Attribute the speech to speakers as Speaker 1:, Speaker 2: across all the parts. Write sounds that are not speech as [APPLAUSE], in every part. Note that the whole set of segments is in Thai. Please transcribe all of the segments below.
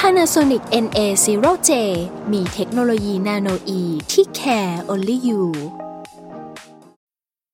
Speaker 1: Panasonic NA0J มีเทคโนโลยีนาโนอีที่ care only you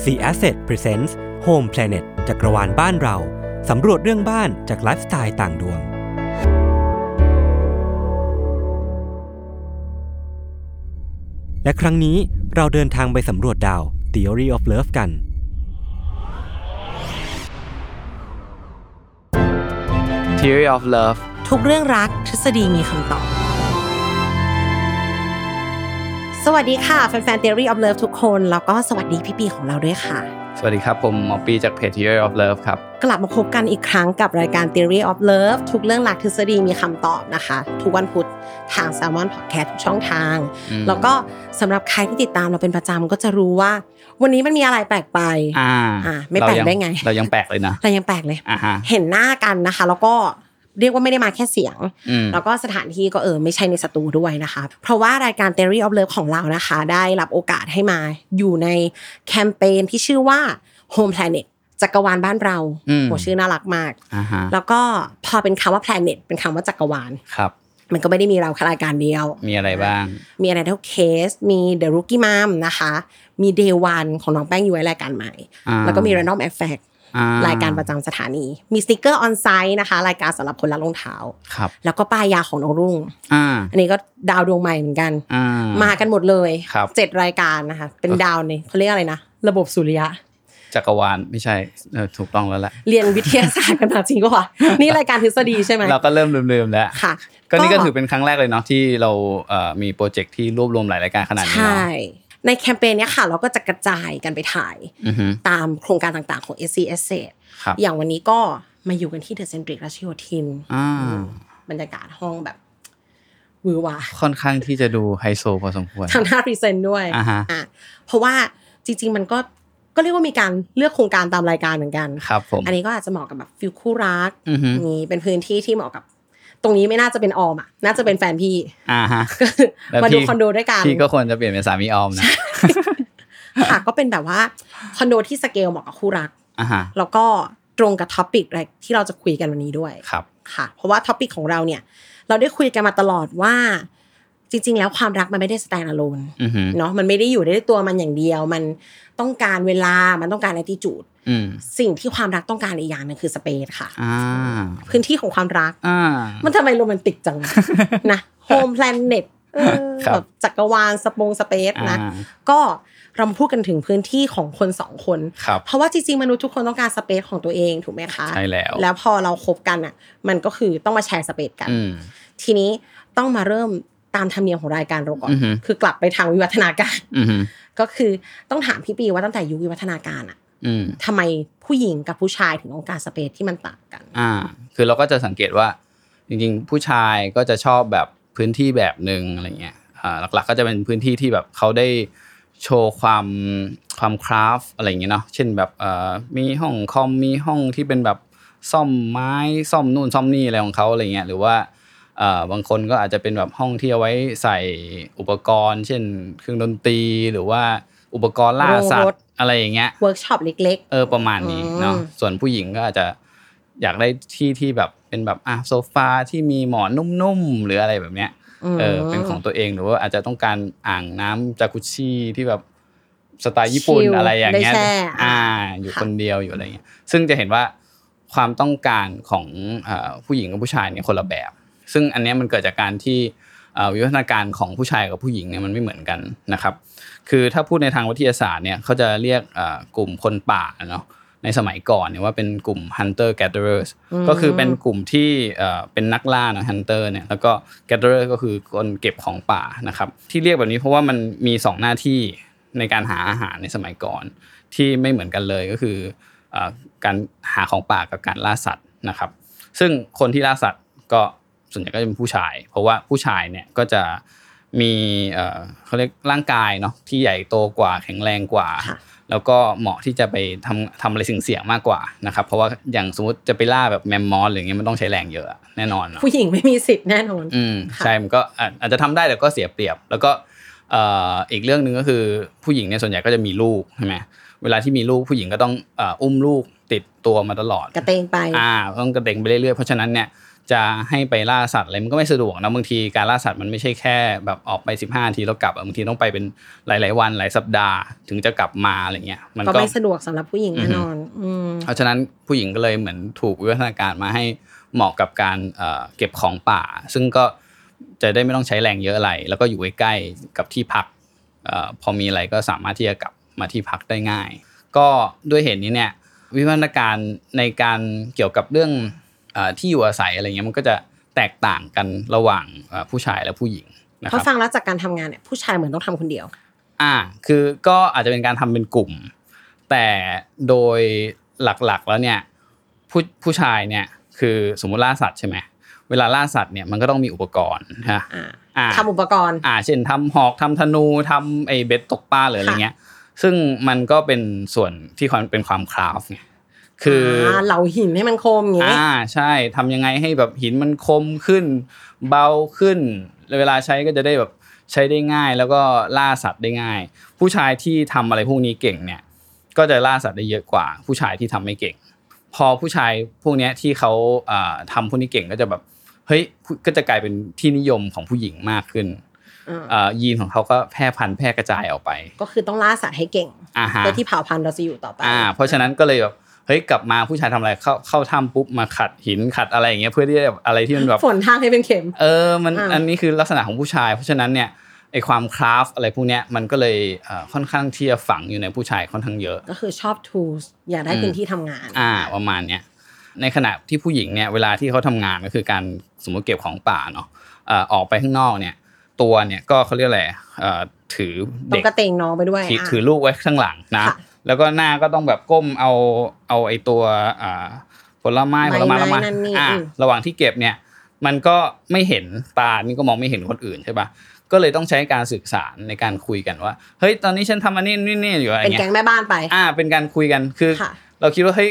Speaker 2: SC Asset Presents Home Planet จักรวาลบ้านเรา สำรวจเรื่องบ้านจากไลฟ์สไตล์ต่างดวง และครั้งนี้เราเดินทางไปสำรวจดาว Theory of Love กัน
Speaker 3: Theory of Love
Speaker 4: ทุกเรื่องรักทฤษฎีมีคำตอบ สวัสดีค่ะ แฟนๆ Theory of Love ทุกคน แล้วก็สวัสดีพี่ปีของเราด้วยค่ะ
Speaker 3: สวัสดีครับ ผมหมอปีจากเพจ Theory of Love ครับ
Speaker 4: กลับมาพบกันอีกครั้งกับรายการ Theory of Love ทุกเรื่องรักทฤษฎีมีคำตอบนะคะ ทุกวันพุธทาง s ซ l m o n Podcast ทุกช่องทาง
Speaker 3: อืม
Speaker 4: แล้วก็สำหรับใครที่ติดตามเราเป็นประจำก็จะรู้ว่า วันนี้มันมีอะไรแปลกไป
Speaker 3: อ่า
Speaker 4: อ่าไม่แปลก
Speaker 3: เรายัง
Speaker 4: ได้ไง
Speaker 3: เรายังแปลกเลยนะ
Speaker 4: แต่ยังแปลกเลย
Speaker 3: อ่าฮะ
Speaker 4: เห็นหน้ากันนะคะ แล้วก็เรียกว่าไม่ได้มาแค่เสียง
Speaker 3: อืม
Speaker 4: แล้วก็สถานที่ก็เออไม่ใช่ในสตูด้วยนะคะ เพราะว่ารายการ Theory of Love ของเรานะคะ ได้รับโอกาสให้มาอยู่ในแคมเปญที่ชื่อว่า Home Planet จักรวาลบ้านเรา
Speaker 3: อืม
Speaker 4: โหชื่อน่ารักมาก
Speaker 3: อ่าฮะ
Speaker 4: แล้วก็พอเป็นคำว่า planet เป็นคำว่าจักรวาล
Speaker 3: ครับ
Speaker 4: มันก็ไม่ได้มีเราแค่รายการเดียว
Speaker 3: มีอะไรบ้าง
Speaker 4: มีอะไรเท่าเคส มี The Rookie Mom นะคะ มี Day One ของน้องแป้งย้วยรายการใหม่
Speaker 3: อ่า
Speaker 4: แล้วก็มี Random Effect
Speaker 3: อ่
Speaker 4: รายการประจำสถานี มีสติกเกอร์ออนไซต์นะคะ รายการสำหรับคนละรองเท้า
Speaker 3: ครับ
Speaker 4: แล้วก็ป้ายยาของน้องรุ่ง
Speaker 3: อ่า
Speaker 4: อันนี้ก็ดาวดวงใหม่เหมือนกัน
Speaker 3: อ่า
Speaker 4: มากันหมดเลย
Speaker 3: ครับ
Speaker 4: เจ็ดรายการนะคะ เป็นดาวในเขาเรียกอะไรนะ ระบบสุริยะ
Speaker 3: จักรวาลไม่ใช่เออถูกต้องแล้วแหละ
Speaker 4: เรียนวิทยาศาสตร์กันมาจริงก็
Speaker 3: [LAUGHS]
Speaker 4: ว่ะนี่รายการทฤษฎีใช่ไหม
Speaker 3: เราก็เริ่มลืมๆแล้ว
Speaker 4: ค่ะ
Speaker 3: ก็นี่ก็ถือเป็นครั้งแรกเลยเนาะที่เราเอ่อมีโปรเจกต์ที่รวบรวมหลายรายการขนาดนี้
Speaker 4: ใช่
Speaker 3: เนาะ
Speaker 4: ในแคมเปญเนี้ยค่ะ เราก็จะกระจายกันไปถ่าย
Speaker 3: อือฮึ
Speaker 4: ตามโครงการต่างๆของ s c s
Speaker 3: ครับ
Speaker 4: อย่างวันนี้ก็มาอยู่กันที่เดอะเซนตริกรัชโยธิน
Speaker 3: อ่า
Speaker 4: บรรยากาศห้องแบบหวือห
Speaker 3: [LAUGHS]
Speaker 4: วา
Speaker 3: ค่อนข้างที่จะดูไฮโซพอสมควร
Speaker 4: ทางหน้าพรีเซนต์ด้วย
Speaker 3: อ่าฮะ
Speaker 4: อ่ะเพราะว่าจริง ๆ มันก็ก็เรียกว่ามีการเลือกโครงการตามรายการเหมือนกัน
Speaker 3: ครับผม
Speaker 4: อันนี้ก็อาจจะเหมาะกับแบบฟิลคู่รัก
Speaker 3: อือฮึ
Speaker 4: นี่เป็นพื้นที่ที่เหมาะกับ ตรงนี้ไม่น่าจะเป็นออมอ่ะน่าจะเป็นแฟนพี่
Speaker 3: อ่าฮะ
Speaker 4: ก็คือ
Speaker 3: แล้ว
Speaker 4: มาดู
Speaker 3: พี่
Speaker 4: คอนโดด้วยกัน
Speaker 3: พี่ก็ควรจะเปลี่ยนเป็นสามีออมนะ
Speaker 4: ค่ะก็เป็นแบบว่าคอนโดที่สเกลเหมาะกับคู่รัก
Speaker 3: อ่าฮะ
Speaker 4: แล้วก็ตรงกับท็อปิกที่เราจะคุยกันวันนี้ด้วย
Speaker 3: ครับ
Speaker 4: ค่ะ เพราะว่าท็อปิกของเราเนี่ย เราได้คุยกันมาตลอดว่า จริง ๆ แล้วความรักมันไม่ได้ stand alone
Speaker 3: อือฮึ
Speaker 4: เนาะมันไม่ได้อยู่ได้ด้วยตัวมันอย่างเดียว มันต้องการเวลามันต้องการ attitude
Speaker 3: อืม
Speaker 4: สิ่งที่ความรักต้องการอีกอย่างหนึงคือ space ค่ะ
Speaker 3: อ่า
Speaker 4: พื้นที่ของความรัก
Speaker 3: อ่า
Speaker 4: มันทำไมโรแมนติกจั
Speaker 3: [LAUGHS]
Speaker 4: ง นะโฮมแพลเน็ต
Speaker 3: ครับ
Speaker 4: แบบจักรวาลสปงสเปซนะ
Speaker 3: อ่า
Speaker 4: ก็เรามาพูดกันถึงพื้นที่ของคนสองคน
Speaker 3: ครับ
Speaker 4: เพราะว่าจริงๆ มนุษย์ทุกคนต้องการสเปซของตัวเองถูกไหมคะ
Speaker 3: ใช่แล้ว
Speaker 4: แล้วพอเราคบกันอ่ะ มันก็คือต้องมาแชร์สเปซกัน
Speaker 3: อืม
Speaker 4: ทีนี้ต้องมาเริ่มตามธรรมเนียมของรายการเราก่อน
Speaker 3: อือฮึ
Speaker 4: คือกลับไปทางวิวัฒนาการ [LAUGHS]
Speaker 3: อืม
Speaker 4: ก็คือต้องถามพี่ปีว่าตั้งแต่ยุควิวัฒนาการอ่ะ
Speaker 3: อืม
Speaker 4: ทำไมผู้หญิงกับผู้ชายถึงต้องการสเปซที่มันต่างกัน
Speaker 3: อ่า คือเราก็จะสังเกตว่า จริงๆ ผู้ชายก็จะชอบแบบพื้นที่แบบหนึ่งอะไรเงี้ย อ่า หลักๆ ก็จะเป็นพื้นที่ที่แบบเขาได้โชว์ความความคราฟอะไรอย่างเงี้ยเนาะ เช่นแบบเอ่อมีห้องคอม มีห้องที่เป็นแบบซ่อมไม้ซ่อมนู่นซ่อมนี่อะไรของเขาอะไรเงี้ย หรือว่า เอ่อบางคนก็อาจจะเป็นแบบห้องที่เอาไว้ใส่อุปกรณ์ เช่น เครื่องดนตรีหรือว่าอุปกรณ์ล่าสัต
Speaker 4: โรงรถ
Speaker 3: ว์อะไรอย่างเงี้ย
Speaker 4: เวิร์กช็อปเล็ก
Speaker 3: เออประมาณนี้
Speaker 4: อืม
Speaker 3: เนาะส่วนผู้หญิงก็อาจจะอยากได้ที่ที่แบบเป็นแบบอ่ะโซฟาที่มีหมอนนุ่มๆหรืออะไรแบบเนี้ย
Speaker 4: ๆม
Speaker 3: เออเป็นของตัวเองหรือว่าอาจจะต้องการอ่างน้ำจากุชชี่ที่แบบสไตล์ญี่ปุ่น
Speaker 4: ชิล
Speaker 3: อะไรอย่างเงี้ย
Speaker 4: ได้แช่
Speaker 3: อ่า
Speaker 4: อ่ะ
Speaker 3: อยู่
Speaker 4: ค่ะ
Speaker 3: คนเดียวอยู่อะไรเงี้ยซึ่งจะเห็นว่าความต้องการของเอ่อผู้หญิงกับผู้ชายเนี่ยคนละแบบ ซึ่งอันเนี้ยมันเกิดจากการที่เอ่อวิวัฒนาการของผู้ชายกับผู้หญิงเนี่ยมันไม่เหมือนกันนะครับ คือถ้าพูดในทางวิทยาศาสตร์เนี่ยเขาจะเรียกเอ่อกลุ่มคนป่าเนาะในสมัยก่อนเนี่ยว่าเป็นกลุ่ม hunter gatherers
Speaker 4: อืม
Speaker 3: ก็คือเป็นกลุ่มที่เอ่อเป็นนักล่าเนอะ hunter เนี่ยแล้วก็ gatherer ก็คือคนเก็บของป่านะครับที่เรียกแบบนี้เพราะว่ามันมี 2 หน้าที่ในการหาอาหารในสมัยก่อน ที่ไม่เหมือนกันเลยก็คือเอ่อการหาของป่ากับการล่าสัตว์นะครับ ซึ่งคนที่ล่าสัตว์ก็ส่วนใหญ่ก็จะเป็นผู้ชาย เพราะว่าผู้ชายเนี่ยก็จะมีเอ่อเขาเรียกร่างกายเนาะที่ใหญ่โตกว่าแข็งแรงกว่า
Speaker 4: ค่ะ
Speaker 3: แล้วก็เหมาะที่จะไปทำทำอะไรสิ่งเสี่ยงๆมากกว่านะครับเพราะว่าอย่างสมมติจะไปล่าแบบแมมมอสหรืออย่างเงี้ยมันต้องใช้แรงเยอะแน่นอนเนอะ
Speaker 4: ผู้หญิงไม่มีสิทธิ์แน่นอน
Speaker 3: อืม
Speaker 4: ค่ะ
Speaker 3: ใช่มันก็อาจอาจจะทำได้แต่ก็เสียเปรียบ แล้วก็เอ่ออีกเรื่องหนึ่งก็คือผู้หญิงเนี่ยส่วนใหญ่ก็จะมีลูกใช่ไหมเวลาที่มีลูกผู้หญิงก็ต้องเอ่ออุ้มลูกติดตัวมาตลอด
Speaker 4: กระเตงไป
Speaker 3: อ่าต้องกระเด็งไปเรื่อยๆเพราะฉะนั้นเนี่ยจะให้ไปล่าสัตว์อะไรมันก็ไม่สะดวกนะบางทีการล่าสัตว์มันไม่ใช่แค่แบบออกไป 15นาทีแล้วกลับอะบางทีต้องไปเป็นหลาย ๆ วันหลายสัปดาห์ถึงจะกลับมาอะไรเงี้ยมัน
Speaker 4: ก็
Speaker 3: ก็
Speaker 4: ไม่สะดวกสำหรับผู้หญิงแน่นอนอืม
Speaker 3: เพราะฉะนั้นผู้หญิงก็เลยเหมือนถูกวิวัฒนาการมาให้เหมาะกับการเอ่อเก็บของป่า ซึ่งก็จะได้ไม่ต้องใช้แรงเยอะอะไร แล้วก็อยู่ใกล้ๆกับที่พักเออพอมีอะไรก็สามารถที่จะกลับมาที่พักได้ง่าย ก็ด้วยเหตุนี้เนี่ยวิวัฒนาการในการเกี่ยวกับเรื่องเออที่อยู่อาศัยอะไรเงี้ยมันก็จะแตกต่างกันระหว่างเอ่อผู้ชายและผู้หญิงนะค
Speaker 4: เพ
Speaker 3: รับ
Speaker 4: ราะฟังแล้วจากการทำงานเนี่ยผู้ชายเหมือนต้องทำคนเดียว
Speaker 3: อ่า คือก็อาจจะเป็นการทำเป็นกลุ่ม แต่โดยหลักๆแล้วเนี่ยผู้ผู้ชายเนี่ยคือสมมติล่าสัตว์ใช่ไหมเวลาล่าสัตว์เนี่ยมันก็ต้องมีอุปกรณ์ฮะ
Speaker 4: อ่า
Speaker 3: อ่า
Speaker 4: ทำอุปกรณ์
Speaker 3: อ่า เช่นทำหอกทำธนูทำไอ้เบ็ดตกปลาหรืออะไรเงี้ย ซึ่งมันก็เป็นส่วนที่ความเป็นความคราฟต์ไงคือ
Speaker 4: าเหลาหินให้มันคมอย่างงี้
Speaker 3: อ่าใช่ทำยังไงให้แบบหินมันคมขึ้น เบาขึ้น เวลาใช้ก็จะได้แบบใช้ได้ง่าย แล้วก็ล่าสัตว์ได้ง่าย ผู้ชายที่ทำอะไรพวกนี้เก่งเนี่ย ก็จะล่าสัตว์ได้เยอะกว่า ผู้ชายที่ทำไม่เก่ง พอผู้ชายพวกเนี้ยที่เขาอ่าทำพวกนี้เก่งก็จะแบบเฮ้ยก็จะกลายเป็นที่นิยมของผู้หญิงมากขึ้น
Speaker 4: อ่า
Speaker 3: อ่ายีนของเขาก็แพร่พันธุ์แพร่กระจายออกไป
Speaker 4: ก็คือต้องล่าสัตว์ให้เก่ง
Speaker 3: อ่าฮะ
Speaker 4: เพื่อที่เผ่าพันธุ์เราจะอยู่ต่อไป
Speaker 3: อ่าเพราะฉะนั้นก็เลยแบบเฮ้ยกลับมาผู้ชายทำอะไรเข้าเข้าถ้ำปุ๊บมาขัดหินขัดอะไรอย่างเงี้ยเพื่อที่จะแบบอะไรที่มันแบบ
Speaker 4: ฝนทางให้เป็นเข็ม
Speaker 3: เออมัน
Speaker 4: อ่า
Speaker 3: อันนี้คือลักษณะของผู้ชาย เพราะฉะนั้นเนี่ยไอความคราฟอะไรพวกเนี้ยมันก็เลยเอ่อค่อนข้างที่จะฝังอยู่ในผู้ชายค่อนข้างเยอะ
Speaker 4: ก็คือชอบ tools อยากได้
Speaker 3: อืม
Speaker 4: พื้นที่ทำงาน
Speaker 3: อ่าประมาณเนี้ยในขณะที่ผู้หญิงเนี่ยเวลาที่เขาทำงานก็คือการสมมติเก็บของป่าเนาะเอ่อออกไปข้างนอกเนี่ยตัวเนี่ยก็เขาเรียกอะไรเอ่อถือ
Speaker 4: ต้อ
Speaker 3: เด็
Speaker 4: ง
Speaker 3: ก
Speaker 4: กระเตงน้องไปด้วย
Speaker 3: ถือ
Speaker 4: อ่ะ
Speaker 3: ถือลูกไว้ข้างหลังนะ
Speaker 4: ค่ะ
Speaker 3: แล้วก็หน้าก็ต้องแบบก้มเอาเอาไอ้ตัวอ่าผลไม้ผลไม้ผ
Speaker 4: ใบไม้
Speaker 3: ลไม้
Speaker 4: นั่นนี่
Speaker 3: อ่ะ
Speaker 4: อืม
Speaker 3: ระหว่างที่เก็บเนี่ยมันก็ไม่เห็นตานี่ก็มองไม่เห็นคนอื่นใช่ปะก็เลยต้องใช้การสื่อสารในการคุยกันว่า เฮ้ยตอนนี้ฉันทำอันนี้นี่นี่อยู่อะไร
Speaker 4: เป็น
Speaker 3: เงี้
Speaker 4: แก๊ง
Speaker 3: ย
Speaker 4: แม่บ้านไป
Speaker 3: อ่าเป็นการคุยกันคือ
Speaker 4: ค่ะ
Speaker 3: เราคิดว่าเฮ้ย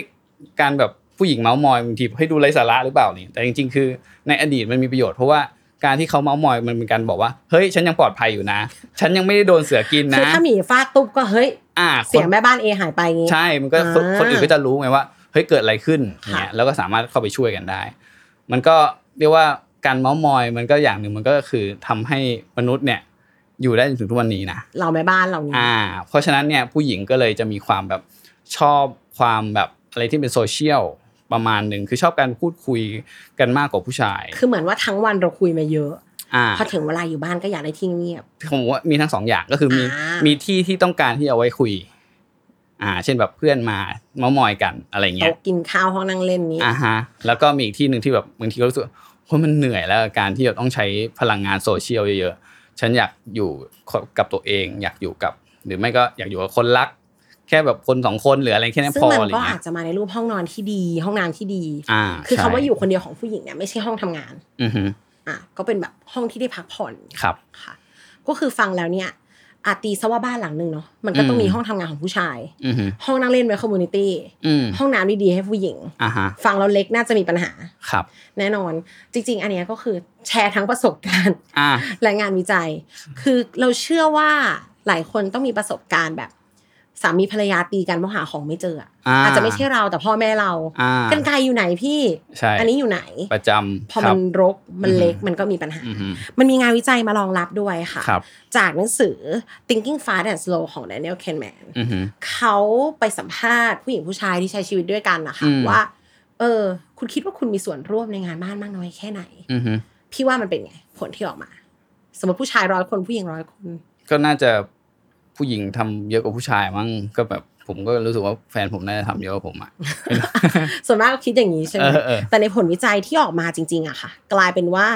Speaker 3: การแบบผู้หญิงเมาส์มอยบางทีให้ยดูไร้สาระหรือเปล่านี่แต่จริงๆ คือในอดีตมันมีประโยชน์เพราะว่าการที่เขาเมาส์มอยมันเป็นการบอกว่าเฮ้ยฉันยังปลอดภัยอยู่นะ ฉันยังไม่ได้โดนเสือกิน
Speaker 4: คือ
Speaker 3: นะ
Speaker 4: ถ้าหมีฟาดตุ๊บก็เฮ้ย
Speaker 3: อ่า
Speaker 4: เสี
Speaker 3: ค
Speaker 4: ยง
Speaker 3: น
Speaker 4: แม่บ้านเอหายไปงี้
Speaker 3: ใช่ มันก็คน
Speaker 4: อ่า
Speaker 3: คนอื่นก็จะรู้ไงว่าเฮ้ยเกิดอะไรขึ้นอย่างเนี่ย
Speaker 4: ค่ะ
Speaker 3: แล้วก็สามารถเข้าไปช่วยกันได้ มันก็เรียกว่าการเมาส์มอยมันก็อย่างหนึ่งมันก็คือทำให้มนุษย์เนี่ยอยู่ได้จนถึงทุกวันนี้นะ
Speaker 4: เราแม่บ้านเรานี้
Speaker 3: อ่า เพราะฉะนั้นเนี่ยผู้หญิงก็เลยจะมีความแบบชอบความแบบอะไรที่เป็นโซเชียลประมาณหนึ่งคือชอบการพูดคุยกันมากกว่าผู้ชาย
Speaker 4: คือเหมือนว่าทั้งวันเราคุยมาเยอะ
Speaker 3: อ่า
Speaker 4: พอถึงเวลาอยู่บ้านก็อยากได้ที่เงียบ
Speaker 3: ผมว่ามีทั้งสองอย่างก็คือมี
Speaker 4: อ่ามี
Speaker 3: มีที่ที่ต้องการที่เอาไว้คุย อ่า เช่นแบบเพื่อนมาเมามอยกันอะไรเงี้
Speaker 4: โต๊ะ
Speaker 3: ย
Speaker 4: กินข้าวห้องนั่งเล่นนี้
Speaker 3: อ่าฮะแล้วก็มีอีกที่หนึ่งที่แบบบางทีก็รู้สึกว่าโอ้ยมันเหนื่อยแล้วกับการที่แบบต้องใช้พลังงานโซเชียลเยอะๆฉันอยากอยู่กับตัวเอง อยากอยู่กับ หรือไม่ก็อยากอยู่กับคนรัก แค่แบบคนสองคนหรืออะไรแค่นั้น
Speaker 4: ซึ่ง
Speaker 3: พอ
Speaker 4: มัน
Speaker 3: อะไร
Speaker 4: ก็
Speaker 3: เงี้
Speaker 4: อาจ
Speaker 3: ย
Speaker 4: จะมาในรูปห้องนอนที่ดี ห้องน้ำที่ดี
Speaker 3: อ่า
Speaker 4: คือ
Speaker 3: ใช่
Speaker 4: คำว่าอยู่คนเดียวของผู้หญิงเนี่ยไม่ใช่ห้องทำงาน
Speaker 3: อือฮึ
Speaker 4: อ่ะก็เป็นแบบห้องที่ได้พักผ่อน
Speaker 3: ครับ
Speaker 4: ค่ะ ก็คือฟังแล้วเนี่ยอาจตีซะว่าบ้านหลังหนึ่งเนาะมันก็ต้อง
Speaker 3: อืม
Speaker 4: มีห้องทำงานของผู้ชาย
Speaker 3: อือฮึ
Speaker 4: ห้องนั่งเล่นไว้คอมมูนิตี้
Speaker 3: อืม
Speaker 4: ห้องน้ำดีๆให้ผู้หญิง
Speaker 3: อ่าฮะ
Speaker 4: ฟังแล้วเล็กน่าจะมีปัญหา
Speaker 3: ครับ
Speaker 4: แน่นอน จริง ๆ อันเนี้ยก็คือแชร์ทั้งประสบการณ์
Speaker 3: อ่า
Speaker 4: และงานวิจัย คือเราเชื่อว่าหลายคนต้องมีประสบการณ์แบบ สามีภรรยาตีกันเพราะหาของไม่เจออะ
Speaker 3: อ่า
Speaker 4: อาจจะไม่ใช่เราแต่พ่อแม่เรา
Speaker 3: อ่า
Speaker 4: กันไกลอยู่ไหนพี่
Speaker 3: ใช่
Speaker 4: อันนี้อยู่ไหน
Speaker 3: ประจำ
Speaker 4: พอ
Speaker 3: ค
Speaker 4: มั
Speaker 3: รับ
Speaker 4: นรกมันเล็กมันก็มีปัญหา
Speaker 3: อือฮึ
Speaker 4: มันมีงานวิจัยมารองรับด้วยค่ะ
Speaker 3: ครับ
Speaker 4: จากหนังสือ Thinking Fast and Slow ของ Daniel Kahneman
Speaker 3: อือฮึ
Speaker 4: เขาไปสัมภาษณ์ผู้หญิงผู้ชายที่ใช้ชีวิตด้วยกันนะคะ
Speaker 3: อืม
Speaker 4: ว่า เออ คุณคิดว่าคุณมีส่วนร่วมในงานบ้านมากน้อยแค่ไหน
Speaker 3: อือฮึ
Speaker 4: พี่ว่ามันเป็นไง ผลที่ออกมา สมมติผู้ชายร้อยคนผู้หญิงร้อยคน
Speaker 3: ก็น่าจะผู้หญิงทำเยอะกว่าผู้ชายมั้งก็แบบผมก็รู้สึกว่าแฟนผมน่าจะทำเยอะกว่าผมอ่ะ
Speaker 4: ส่วนมากก็คิดอย่างนี้ใช่ไหม
Speaker 3: เออเออ
Speaker 4: แต่ในผลวิจัยที่ออกมาจริง ๆอะค่ะ กลายเป็นว่า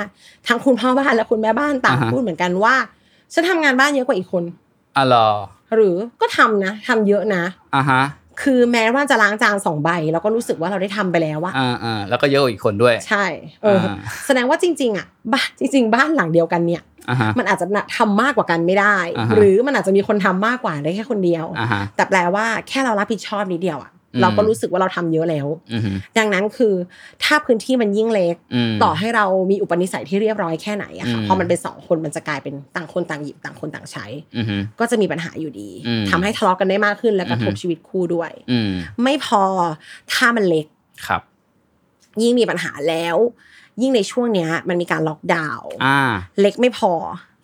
Speaker 4: ทั้งคุณพ่อบ้านและคุณแม่บ้านต่าง
Speaker 3: อ่าฮะ
Speaker 4: พูดเหมือนกันว่าฉันทำงานบ้านเยอะกว่าอีกคน
Speaker 3: อ่ะเหรอ
Speaker 4: หรือก็ทำนะทำเยอะนะ
Speaker 3: อ่ะฮะ
Speaker 4: คือแม้ว่าจะล้างจานสองใบ แล้วก็รู้สึกว่าเราได้ทำไปแล้วว่า
Speaker 3: อ่าอ่าแล้วก็เยอะกว่าอีกคนด้วย
Speaker 4: ใช่เอออา แสดงว่าจริง ๆอะบ้านจริง ๆ บ้านหลังเดียวกันเนี่ย
Speaker 3: อ่ะฮะ
Speaker 4: มันอาจจะทำมากกว่ากันไม่ได้
Speaker 3: อ่าฮะ
Speaker 4: หรือมันอาจจะมีคนทำมากกว่าได้แค่คนเดียว
Speaker 3: อ่ะฮะ
Speaker 4: แต่แปลว่าแค่เรารับผิดชอบนิดเดียวอะ
Speaker 3: อืม
Speaker 4: เราก็รู้สึกว่าเราทำเยอะแล้ว
Speaker 3: อือหือ
Speaker 4: ดังนั้นคือถ้าพื้นที่มันยิ่งเล็ก
Speaker 3: อืม
Speaker 4: ต่อให้เรามีอุปนิสัยที่เรียบร้อยแค่ไหนอะค่ะ
Speaker 3: อืม
Speaker 4: พอมันเป็นสองคนมันจะกลายเป็นต่างคนต่างหยิบต่างคนต่างใช้
Speaker 3: อือหือ
Speaker 4: ก็จะมีปัญหาอยู่ดี
Speaker 3: อืม
Speaker 4: ทำให้ทะเลาะกันได้มากขึ้นและกระทบ
Speaker 3: อือฮึ
Speaker 4: ชีวิตคู่ด้วย
Speaker 3: อืม
Speaker 4: ไม่พอถ้ามันเล็ก
Speaker 3: ครับ
Speaker 4: ยิ่งมีปัญหาแล้ว ยิ่งในช่วงเนี้ย มันมีการล็อกดาวน์
Speaker 3: อ่า
Speaker 4: เล็กไม่พอ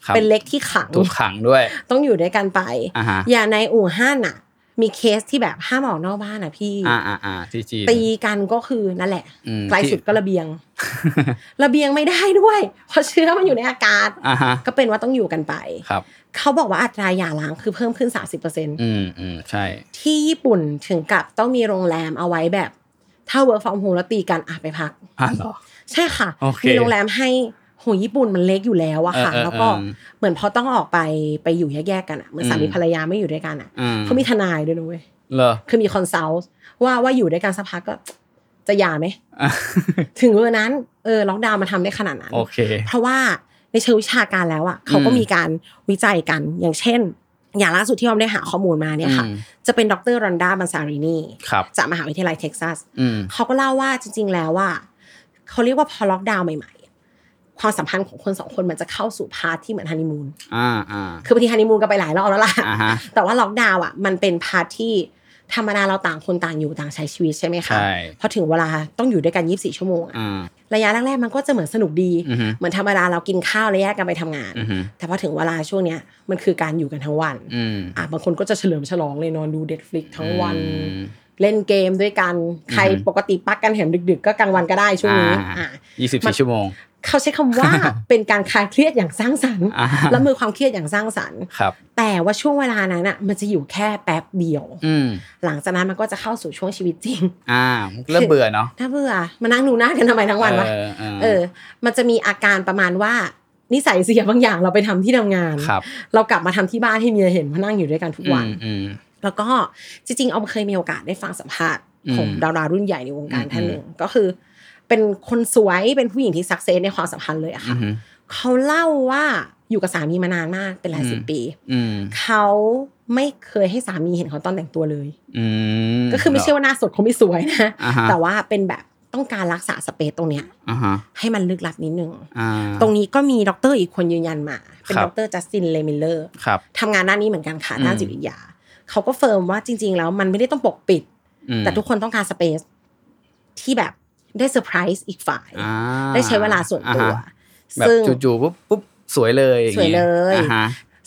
Speaker 3: ครับ
Speaker 4: เป็นเล็กที่ขัง
Speaker 3: ถูกขังด้วย
Speaker 4: ต้องอยู่ด้วยกันไป
Speaker 3: อ่ะฮะ
Speaker 4: อย่าในอู่ฮั่นอะมีเคสที่แบบห้ามออกนอกบ้านอะพี่
Speaker 3: อ่าอ่าอ่าที่จีน
Speaker 4: ตีกันก็คือนั่นแหละ
Speaker 3: อืม
Speaker 4: ไกลสุดก็ระเบียง ระเบียงไม่ได้ด้วย เพราะเชื้อมันอยู่ในอากาศ
Speaker 3: [LAUGHS] อ่าฮะ
Speaker 4: ก็เป็นว่าต้องอยู่กันไป
Speaker 3: ครับ
Speaker 4: เขาบอกว่าอัตราหย่าร้างคือเพิ่มขึ้น 30%
Speaker 3: อืมอืมใช่
Speaker 4: ที่ญี่ปุ่นถึงกับต้องมีโรงแรมเอาไว้แบบ ถ้า work from home แล้วตีกันอ่ะไปพัก
Speaker 3: อ่ะเหรอ
Speaker 4: ใช่ค่ะ
Speaker 3: โอเค
Speaker 4: มีโรงแรมให้โหญี่ปุ่นมันเล็กอยู่แล้วอะค่ะ
Speaker 3: เออเออ
Speaker 4: แล้วก็
Speaker 3: เออ
Speaker 4: เหมือนพอต้องออกไปไปอยู่แยกๆกันอะเหมือนสามี
Speaker 3: อืม
Speaker 4: ภรรยาไม่อยู่ด้วยกันอะ
Speaker 3: อืม
Speaker 4: เขามีทนายด้วยนะเว้ย
Speaker 3: เหรอ [LAUGHS]
Speaker 4: คือมีคอนซัลท์ว่าว่าอยู่ด้วยกันสักพักก็จะหย่าไหม
Speaker 3: อ่ะ
Speaker 4: ถึงเวลานั้นเออล็อกดาวน์มาทำได้ขนาดนั้น
Speaker 3: โอเค
Speaker 4: เพราะว่าในเชิงวิชาการแล้วอ่ะเขาก็มีการวิจัยกันอย่างเช่น อย่างล่าสุดที่ออมได้หาข้อมูลมาเนี่ยค่ะ
Speaker 3: อืม
Speaker 4: จะเป็นดรรอนดาบันซารินี
Speaker 3: ครับ
Speaker 4: จากมหาวิทยาลัยเท็กซัส
Speaker 3: อืม
Speaker 4: เขาก็เล่าว่าจริง ๆ แล้วว่าเขาเรียกว่าพอล็อกดาวน์ใหม่ๆอะความสัมพันธ์ของคนสองคนมันจะเข้าสู่พาร์ทที่เหมือนฮันนีมูน
Speaker 3: อ่าอ่า
Speaker 4: คือบางทีฮันนีมูนกันไปหลายรอบแล้วล่ะ
Speaker 3: อ่าฮะ
Speaker 4: แต่ว่าล็อกดาวน์อ่ะมันเป็นพาร์ทที่ธรรมดาเราต่างคนต่างอยู่ต่างใช้ชีวิตใช่ไหมคะ
Speaker 3: ใช่
Speaker 4: พอถึงเวลาต้องอยู่ด้วยกัน24ชั่วโมงอะ
Speaker 3: อ่า
Speaker 4: ระยะแรกๆมันก็จะเหมือนสนุกดี
Speaker 3: อือหือ
Speaker 4: เหมือนธรรมดาเรากินข้าวแล้วแยกกันไปทำงาน
Speaker 3: อือหือ
Speaker 4: แต่พอถึงเวลาช่วงเนี้ยมันคือการอยู่กันทั้งวัน
Speaker 3: อืม
Speaker 4: อ่ะบางคนก็จะเฉลิมฉลองเลยนอนดูเด็ดฟลิกทั้งวัน
Speaker 3: อืม
Speaker 4: เล่นเกมด้วยกัน ใคร
Speaker 3: อือหือ
Speaker 4: ปกติปักกันแหมดึก ๆ ก็กลางวันก็ได้ช่วงนี้
Speaker 3: อ่า
Speaker 4: อ่ะ
Speaker 3: ยี่สิบสี่ชั่วโมง
Speaker 4: เขาใช้คำว่า เป็นการคลายเครียดอย่างสร้างสรรค์
Speaker 3: อ่า
Speaker 4: และมือความเครียดอย่างสร้างสรรค์
Speaker 3: ครับ
Speaker 4: แต่ว่าช่วงเวลานั้นอ่ะมันจะอยู่แค่แป๊บเดียว
Speaker 3: อืม
Speaker 4: หลังจากนั้นมันก็จะเข้าสู่ช่วงชีวิตจริง [LAUGHS]
Speaker 3: อ่าเริ่มเบื่อเนาะ
Speaker 4: ถ้าเบื่อมานั่งดูหน้ากันทำไมทั้งวันวะ
Speaker 3: เออเออ
Speaker 4: เออ มันจะมีอาการประมาณว่านิสัยเสียบางอย่างเราไปทำที่ทำงาน
Speaker 3: ครับ
Speaker 4: เรากลับมาทำที่บ้านให้เมียเห็นมานั่งอยู่ด้วยกันทุกวัน
Speaker 3: อืม
Speaker 4: แล้วก็จริงๆออมเคยมีโอกาสได้ฟังสัมภาษณ์ของ
Speaker 3: อืม
Speaker 4: ดารารุ่นใหญ่ในวงการ
Speaker 3: อืม
Speaker 4: ท่านหนึ่งก็คือ เป็นคนสวยเป็นผู้หญิงที่สักเซสในความสัมพันธ์เลยอะ
Speaker 3: อื
Speaker 4: ค่ะ
Speaker 3: ม
Speaker 4: เขาเล่าว่าอยู่กับสามีมานานมากเป็นหลายสิบปี
Speaker 3: อืม
Speaker 4: เขาไม่เคยให้สามีเห็นเขาตอนแต่งตัวเลย
Speaker 3: อืม
Speaker 4: ก็คือไม่ใช่ว่าหน้าสดเขาไม่สวยนะ
Speaker 3: อ่าฮะ
Speaker 4: แต่ว่าเป็นแบบต้องการรักษาสเปซตรงเนี้ย
Speaker 3: อ่าฮะ
Speaker 4: ให้มันลึกลับนิดนึง
Speaker 3: อ่า
Speaker 4: ตรงนี้ก็มีดอกเตอร์อีกคนยืนยันมา เป็น
Speaker 3: ครั
Speaker 4: ด
Speaker 3: บ
Speaker 4: อกเตอร์จัสตินเลมิลเลอร์
Speaker 3: ครับ
Speaker 4: ทำงานด้านนี้เหมือนกันค่ะ
Speaker 3: อืม
Speaker 4: ด้านจิตวิทยา เขาก็เฟิร์มว่าจริง ๆ แล้วมันไม่ได้ต้องปกปิด
Speaker 3: อืม
Speaker 4: แต่ทุกคนต้องการสเปซที่แบบได้เซอร์ไพรส์อีกฝ่าย
Speaker 3: อ่า
Speaker 4: ได้ใช้เวลาส่วนตัว
Speaker 3: อ่าฮะแบบ
Speaker 4: ซึ่ง
Speaker 3: จู่ๆปุ๊บปุ๊บสวยเลยอางงี้
Speaker 4: สวยเลย
Speaker 3: อ่าฮะ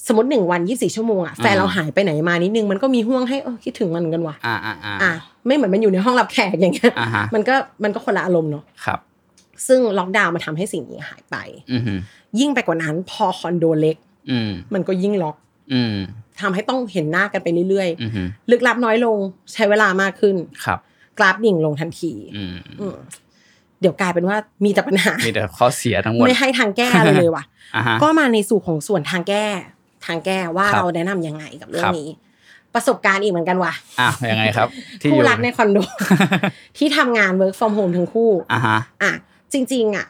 Speaker 4: สมมติหนึ่งวันยี่สี่ชั่วโมงอะแฟน
Speaker 3: อ่า
Speaker 4: เราหายไปไหนมานิดนึง มันก็มีห่วงให้เออคิดถึงมันเหมือนกันว่ะ
Speaker 3: อ่าอ่าอ่า
Speaker 4: อ่ะไม่เหมือนมันอยู่ในห้องรับแขกอย่างเงี้ย
Speaker 3: อ่าฮะ
Speaker 4: มันก็มันก็คนละอารมณ์เนาะ
Speaker 3: ครับ
Speaker 4: ซึ่งล็อกดาวน์มันทำให้สิ่งนี้หายไป
Speaker 3: อืม
Speaker 4: ยิ่งไปกว่านั้นพอคอนโดเล็ก
Speaker 3: อืม
Speaker 4: มันก็ยิ่งล็อก
Speaker 3: อืม
Speaker 4: ทำให้ต้องเห็นหน้ากันไปเรื่อย
Speaker 3: อืม
Speaker 4: ๆ ลึกลับน้อยลงใช้เวลามากขึ้น
Speaker 3: ครับ
Speaker 4: กราฟดิ่งลงทันที
Speaker 3: อืม
Speaker 4: อืมเดี๋ยวกลายเป็นว่ามีแต่ปัญหา
Speaker 3: มีแต่ข้อเสียทั้งหมด
Speaker 4: ไม่ให้ทางแก้อะไรเลยว่ะ
Speaker 3: อ่าฮะ
Speaker 4: ก็มาในสู่ของส่วนทางแก้ ทางแก้ว่า
Speaker 3: ครับ
Speaker 4: เราแนะนำยังไงกับเรื่อ
Speaker 3: ค
Speaker 4: ง
Speaker 3: รับ
Speaker 4: นี้ ประสบการณ์อีกเหมือนกันว่ะ
Speaker 3: อ่ะยังไงครับที่อ
Speaker 4: คู่
Speaker 3: ยู่
Speaker 4: รักในคอนโด ที่ทำงาน work from home ทั้งคู่
Speaker 3: อ่าฮะ
Speaker 4: อ่ะ จริง ๆ อ่ะ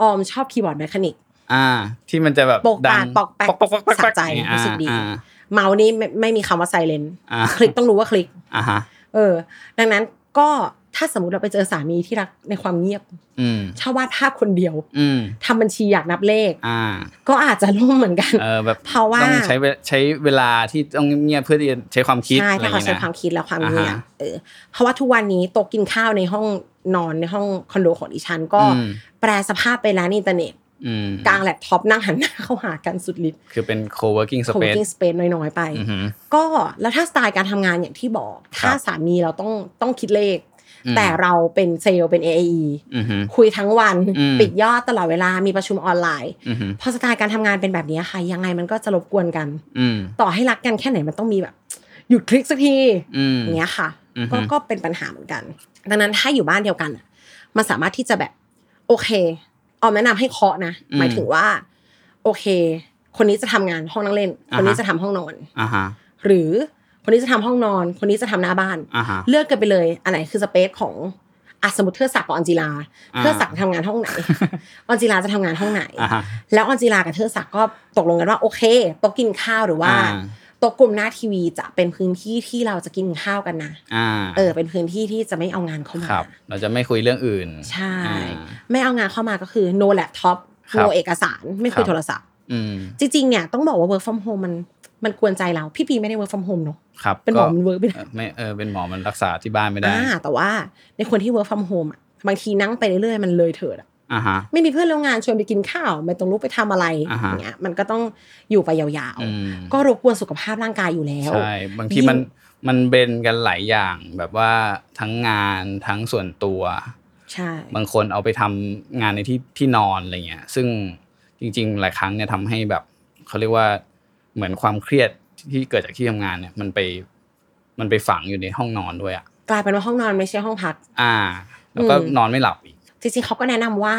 Speaker 4: ออมชอบคีย์บอร์ดแมคานิก
Speaker 3: อ่า ที่มันจะแบบ
Speaker 4: ปกปาก
Speaker 3: ดัง
Speaker 4: ปอกแปก
Speaker 3: ปอกปอกปอกปอก
Speaker 4: สะใจ
Speaker 3: อย่างเงี้ย
Speaker 4: รู้สึกดี
Speaker 3: อ่า
Speaker 4: เมาส์นี่ไม่ไม่มีคำว่าไซเลน
Speaker 3: อ่า
Speaker 4: คลิกต้องรู้ว่าคลิก
Speaker 3: อ่าฮะ
Speaker 4: เออ ดังนั้นก็ถ้าสมมติเราไปเจอสามีที่รักในความเงียบ
Speaker 3: อืม
Speaker 4: ชอบวาดภาพคนเดียว
Speaker 3: อืม
Speaker 4: ทำบัญชีอยากนับเลข
Speaker 3: อ่า
Speaker 4: ก็อาจจะล่มเหมือนกัน
Speaker 3: เออแบบ
Speaker 4: เพราะว่า
Speaker 3: ต้องใช้เวใช้เวลาที่ต้องเงียบๆเพื่อที่จะใช้ความคิด
Speaker 4: ใช่
Speaker 3: อะไรอ
Speaker 4: ถ้า
Speaker 3: ย่างเงี้ย
Speaker 4: เขาใช้
Speaker 3: นะ
Speaker 4: ความคิดและความเงี
Speaker 3: อ่า
Speaker 4: ยบ
Speaker 3: ฮะ
Speaker 4: เออเพราะว่าทุกวันนี้โต๊ะกินข้าวในห้องนอนในห้องคอนโดของดิฉัน ก็
Speaker 3: อืม
Speaker 4: แปลสภาพไปร้านอินเทอร์เน็ต
Speaker 3: อืม
Speaker 4: กลางแล็ปท็อปนั่งหันหน้าเข้าหากันสุดฤทธิ์
Speaker 3: คือเป็น co-working
Speaker 4: ของ
Speaker 3: space
Speaker 4: กินสเปซน้อยๆไป
Speaker 3: อือหือ
Speaker 4: ก็แล้วถ้าสไตล์การทำงานอย่างที่บอก ถ้า
Speaker 3: ครับ
Speaker 4: สามีเราต้องต้องคิดเลข
Speaker 3: อืม
Speaker 4: แต่เราเป็นเซลล์เป็น AAE
Speaker 3: อือฮึ
Speaker 4: คุยทั้งวัน
Speaker 3: อืม
Speaker 4: ปิดยอดตลอดเวลามีประชุมออนไลน์
Speaker 3: อือฮึ
Speaker 4: พอสไตล์การทำงานเป็นแบบนี้ค่ะ ยังไงมันก็จะรบกวนกัน
Speaker 3: อืม
Speaker 4: ต่อให้รักกันแค่ไหนมันต้องมีแบบ หยุดคลิกสักที
Speaker 3: อืม
Speaker 4: อย่างเงี้ยค่ะ
Speaker 3: อืม
Speaker 4: ก็ก็เป็นปัญหาเหมือนกัน ดังนั้นถ้าอยู่บ้านเดียวกันอะมันสามารถที่จะแบบโอเคออมแนะนำให้เคาะนะหมายถึงว่า โอเค คนนี้จะทำงานห้องนั่งเล่น คนนี้จะทำห้องนอน
Speaker 3: อ่าฮะ
Speaker 4: หรือคนนี้จะทำห้องนอน คนนี้จะทำหน้าบ้าน
Speaker 3: อ่าฮะ
Speaker 4: เลือกกันไปเลย อันไหนคือสเปซของอะสมมติเทือกศักดิ์กับออนจิลา
Speaker 3: อ่า
Speaker 4: เทือกศักดิ์ทำงานห้อง
Speaker 3: [LAUGHS]
Speaker 4: ไหน ออนจิลาจะทำงานห้องไหน
Speaker 3: อ่าฮะ
Speaker 4: แล้วออนจิลากับเทือกศักดิ์ก็ตกลงกันว่าโอเคโต๊ะกินข้าวหรือว่า
Speaker 3: อ่
Speaker 4: โต๊ะกลุ่มหน้าทีวีจะเป็นพื้นที่ที่เราจะกินข้าวกันนะ
Speaker 3: อ่า
Speaker 4: เออเป็นพื้นที่ที่จะไม่เอางานเข้ามา
Speaker 3: ครับ เราจะไม่คุยเรื่องอื่น
Speaker 4: ใช่
Speaker 3: อ่า
Speaker 4: ไม่เอางานเข้ามาก็คือ no laptop
Speaker 3: ครับ
Speaker 4: no เอกสารไม่คุ
Speaker 3: ครั
Speaker 4: ย
Speaker 3: บ
Speaker 4: โทรศัพท์
Speaker 3: อืม
Speaker 4: จริงๆเนี่ยต้องบอกว่า work from home มันมันกวนใจเราพี่ปีไม่ได้ work from home เนอะ
Speaker 3: ครับ
Speaker 4: เป็นหมอมันเวิร์กไป
Speaker 3: ไม่
Speaker 4: นะ
Speaker 3: ไม่เออเป็นหมอมันรักษาที่บ้านไม่ได้
Speaker 4: อ่าแต่ว่าในคนที่ work from home อะบางทีนั่งไปเรื่อยๆมันเลยเถิดอะ
Speaker 3: อ่าฮะ
Speaker 4: ไม่มีเพื่อนร่วมงานชวนไปกินข้าวไม่ต้องลุกไปทำอะไร
Speaker 3: อ่าฮะ
Speaker 4: อย่างเงี้ยมันก็ต้องอยู่ไปยาว
Speaker 3: อืม
Speaker 4: ๆ ก็รบกวนสุขภาพร่างกายอยู่แล้ว
Speaker 3: ใช่บางทีมัน
Speaker 4: ยิ่ง
Speaker 3: มันเบนกันหลายอย่างแบบว่าทั้งงานทั้งส่วนตัว
Speaker 4: ใช่
Speaker 3: บางคนเอาไปทำงานในที่ที่นอนอะไรเงี้ยซึ่งจริง ๆ หลายครั้งเนี่ยทำให้แบบเขาเรียกว่าเหมือนความเครียดที่เกิดจากที่ทำงานเนี่ยมันไปมันไปฝังอยู่ในห้องนอนด้วยอ่ะ
Speaker 4: กลายเป็นว่าห้องนอนไม่ใช่ห้องพัก
Speaker 3: อ่า แล้วก็
Speaker 4: อืม
Speaker 3: นอนไม่หลับอีก
Speaker 4: จริงๆเขาก็แนะนำว่า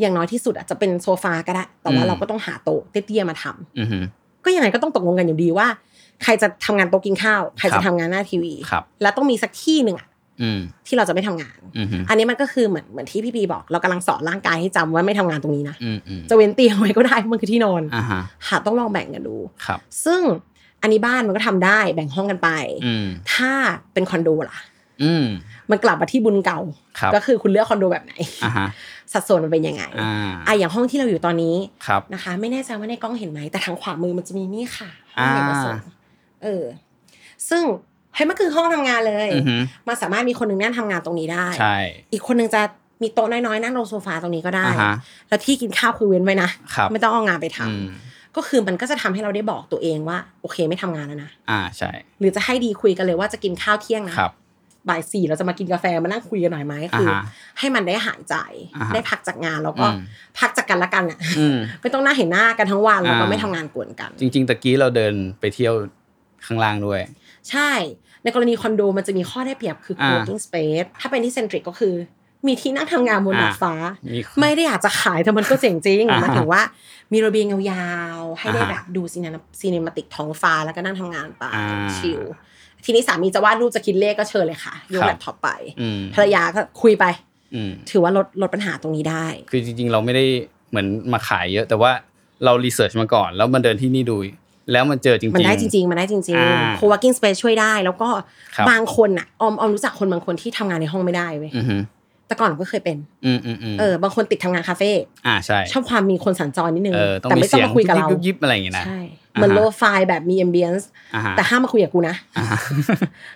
Speaker 4: อย่างน้อยที่สุดอาจจะเป็นโซฟาก็ได้แต่ว่า
Speaker 3: อืม
Speaker 4: เราก็ต้องหาโต๊ะเตี้ยๆมาทำ
Speaker 3: อือฮึ
Speaker 4: ก็ยังไงก็ต้องตกลงกันอยู่ดีว่า ใครจะทำงานโต๊ะกินข้าว ใคร
Speaker 3: ครั
Speaker 4: จะ
Speaker 3: บ
Speaker 4: ทำงานหน้าทีวี
Speaker 3: ครับ
Speaker 4: แล้วต้องมีสักที่หนึ่งอะ
Speaker 3: อืม
Speaker 4: ที่เราจะไม่ทำงาน
Speaker 3: อือฮึ
Speaker 4: อันนี้มันก็คือเหมือนเหมือนที่พี่ปีบอก เรากำลังสอนร่างกายให้จำว่าไม่ทำงานตรงนี้นะ
Speaker 3: อืมอืม
Speaker 4: จะเว้นเตียงไว้ก็ได้เพราะมันคือที่นอน
Speaker 3: อ่าฮะ
Speaker 4: หาต้องลองแบ่งกันดู
Speaker 3: ครับ
Speaker 4: ซึ่งอันนี้บ้านมันก็ทำได้แบ่งห้องกันไป
Speaker 3: อืม
Speaker 4: ถ้าเป็นคอนโดล่ะ
Speaker 3: อืม
Speaker 4: มันกลับมาที่บุญเก่า
Speaker 3: ครับ
Speaker 4: ก็คือคุณเลือกคอนโดแบบไหน
Speaker 3: อ่าฮะ
Speaker 4: สัดส่วนมันเป็นยังไง
Speaker 3: อ่า
Speaker 4: อ่ะอย่างห้องที่เราอยู่ตอนนี้
Speaker 3: ครับ
Speaker 4: นะคะ ไม่แน่ใจว่าในกล้องเห็นไหมแต่ทางขวามือมันจะมีนี่ค่ะห้องเด็กผสม
Speaker 3: อ่า
Speaker 4: เออ ซึ่งเฮ้ยมันคือห้องทำงานเลย
Speaker 3: อือฮึ
Speaker 4: มันสามารถมีคนหนึงนั่งทำงานตรงนี้ได้
Speaker 3: ใช่
Speaker 4: อีกคนหนึงจะมีโต๊ะน้อยๆนั่งลงโซฟาตรงนี้ก็ได้
Speaker 3: อ่าฮะ
Speaker 4: แล้วที่กินข้าวคือเว้นไว้นะครับ ไม่ต้องเอางานไปทำ
Speaker 3: อืม
Speaker 4: ก็คือมันก็จะทำให้เราได้บอกตัวเองว่า โอเคไม่ทำงานแล้วนะ
Speaker 3: อ่าใช่
Speaker 4: หรือจะให้ดีคุยกันเลยว่าจะกินข้าวเที่ยงนะครับ บ่ายสี่เราจะมากินกาแฟมานั่งคุยกันหน่อยไหมคืออา
Speaker 3: ฮะ
Speaker 4: ให้มันได้หายใจ
Speaker 3: อ่าฮะ
Speaker 4: ได้พักจากงานแล้ว
Speaker 3: อื
Speaker 4: ก็
Speaker 3: ม
Speaker 4: พักจากกันละกันอ่ะ
Speaker 3: อืม
Speaker 4: ไม่ต้องหน้าเห็นหน้ากันทั้งวันแล้วก็
Speaker 3: อ่า
Speaker 4: ไม่ทำงานกวนกัน
Speaker 3: จริง ๆตะกี้เราเดินไปเที่ยวข้างล่างด้วย
Speaker 4: ใช่ ในกรณีคอนโดมันจะมีข้อได้เปรียบคือ
Speaker 3: อ่า
Speaker 4: co-working space ถ้าเป็นที่เซนทริกก็คือ มีที่นั่งทำงานบนดาดฟ้า
Speaker 3: มี
Speaker 4: ไม่ได้อยากจะขายแต่มันก็เจ๋งจริง
Speaker 3: อ่า
Speaker 4: หมายถึงว่ามีระเบียงยาวๆ ให้ได้
Speaker 3: อ่าฮะ
Speaker 4: แบบดูซีนซีเนมาติกท้องฟ้าแล้วก็นั่งทำงานไป
Speaker 3: อ่า
Speaker 4: ชิลทีนี้สามีจะวาดรูปจะคิดเลขก็เชิญเลยค่ะย
Speaker 3: ค
Speaker 4: ก
Speaker 3: รับ
Speaker 4: แล็ปท็อปไป
Speaker 3: อืม
Speaker 4: ภรรยาก็คุยไป
Speaker 3: อืม
Speaker 4: ถือว่าลดลดปัญหาตรงนี้ได้
Speaker 3: คือจริง ๆ เราไม่ได้เหมือนมาขายเยอะ แต่ว่าเรารีเสิร์ชมาก่อน แล้วมันเดินที่นี่ดู แล้วมันเจอจริงๆ
Speaker 4: มันได้จริง ๆ มันได้จริง
Speaker 3: อ่า
Speaker 4: ๆ co-working space ช่วยได้ แล้วก็
Speaker 3: ครับ
Speaker 4: บางคนอ่ะออมออมรู้จักคนบางคนที่ทำงานในห้องไม่ได้เว้ย
Speaker 3: อือฮึ
Speaker 4: แต่ก่อนก็เคยเป็น
Speaker 3: อืมอืมอืม
Speaker 4: เออบางคนติดทำงานคาเฟ่
Speaker 3: อ่าใช่
Speaker 4: ชอบความมีคนสัญจรนิดนึง
Speaker 3: เออต้อง
Speaker 4: แต่
Speaker 3: มี
Speaker 4: ไม่ต้อ
Speaker 3: เสี
Speaker 4: ง
Speaker 3: ยง
Speaker 4: มาคุยกับเรา
Speaker 3: ยุบยิบอะไรอย่างเงี้ยนะ
Speaker 4: ใช่
Speaker 3: อ่าฮะ
Speaker 4: เหมือนโลไฟแบบมี ambience
Speaker 3: อ่าฮะ
Speaker 4: แต่ห้ามมาคุยกับกูนะ [LAUGHS]
Speaker 3: อ่าฮะ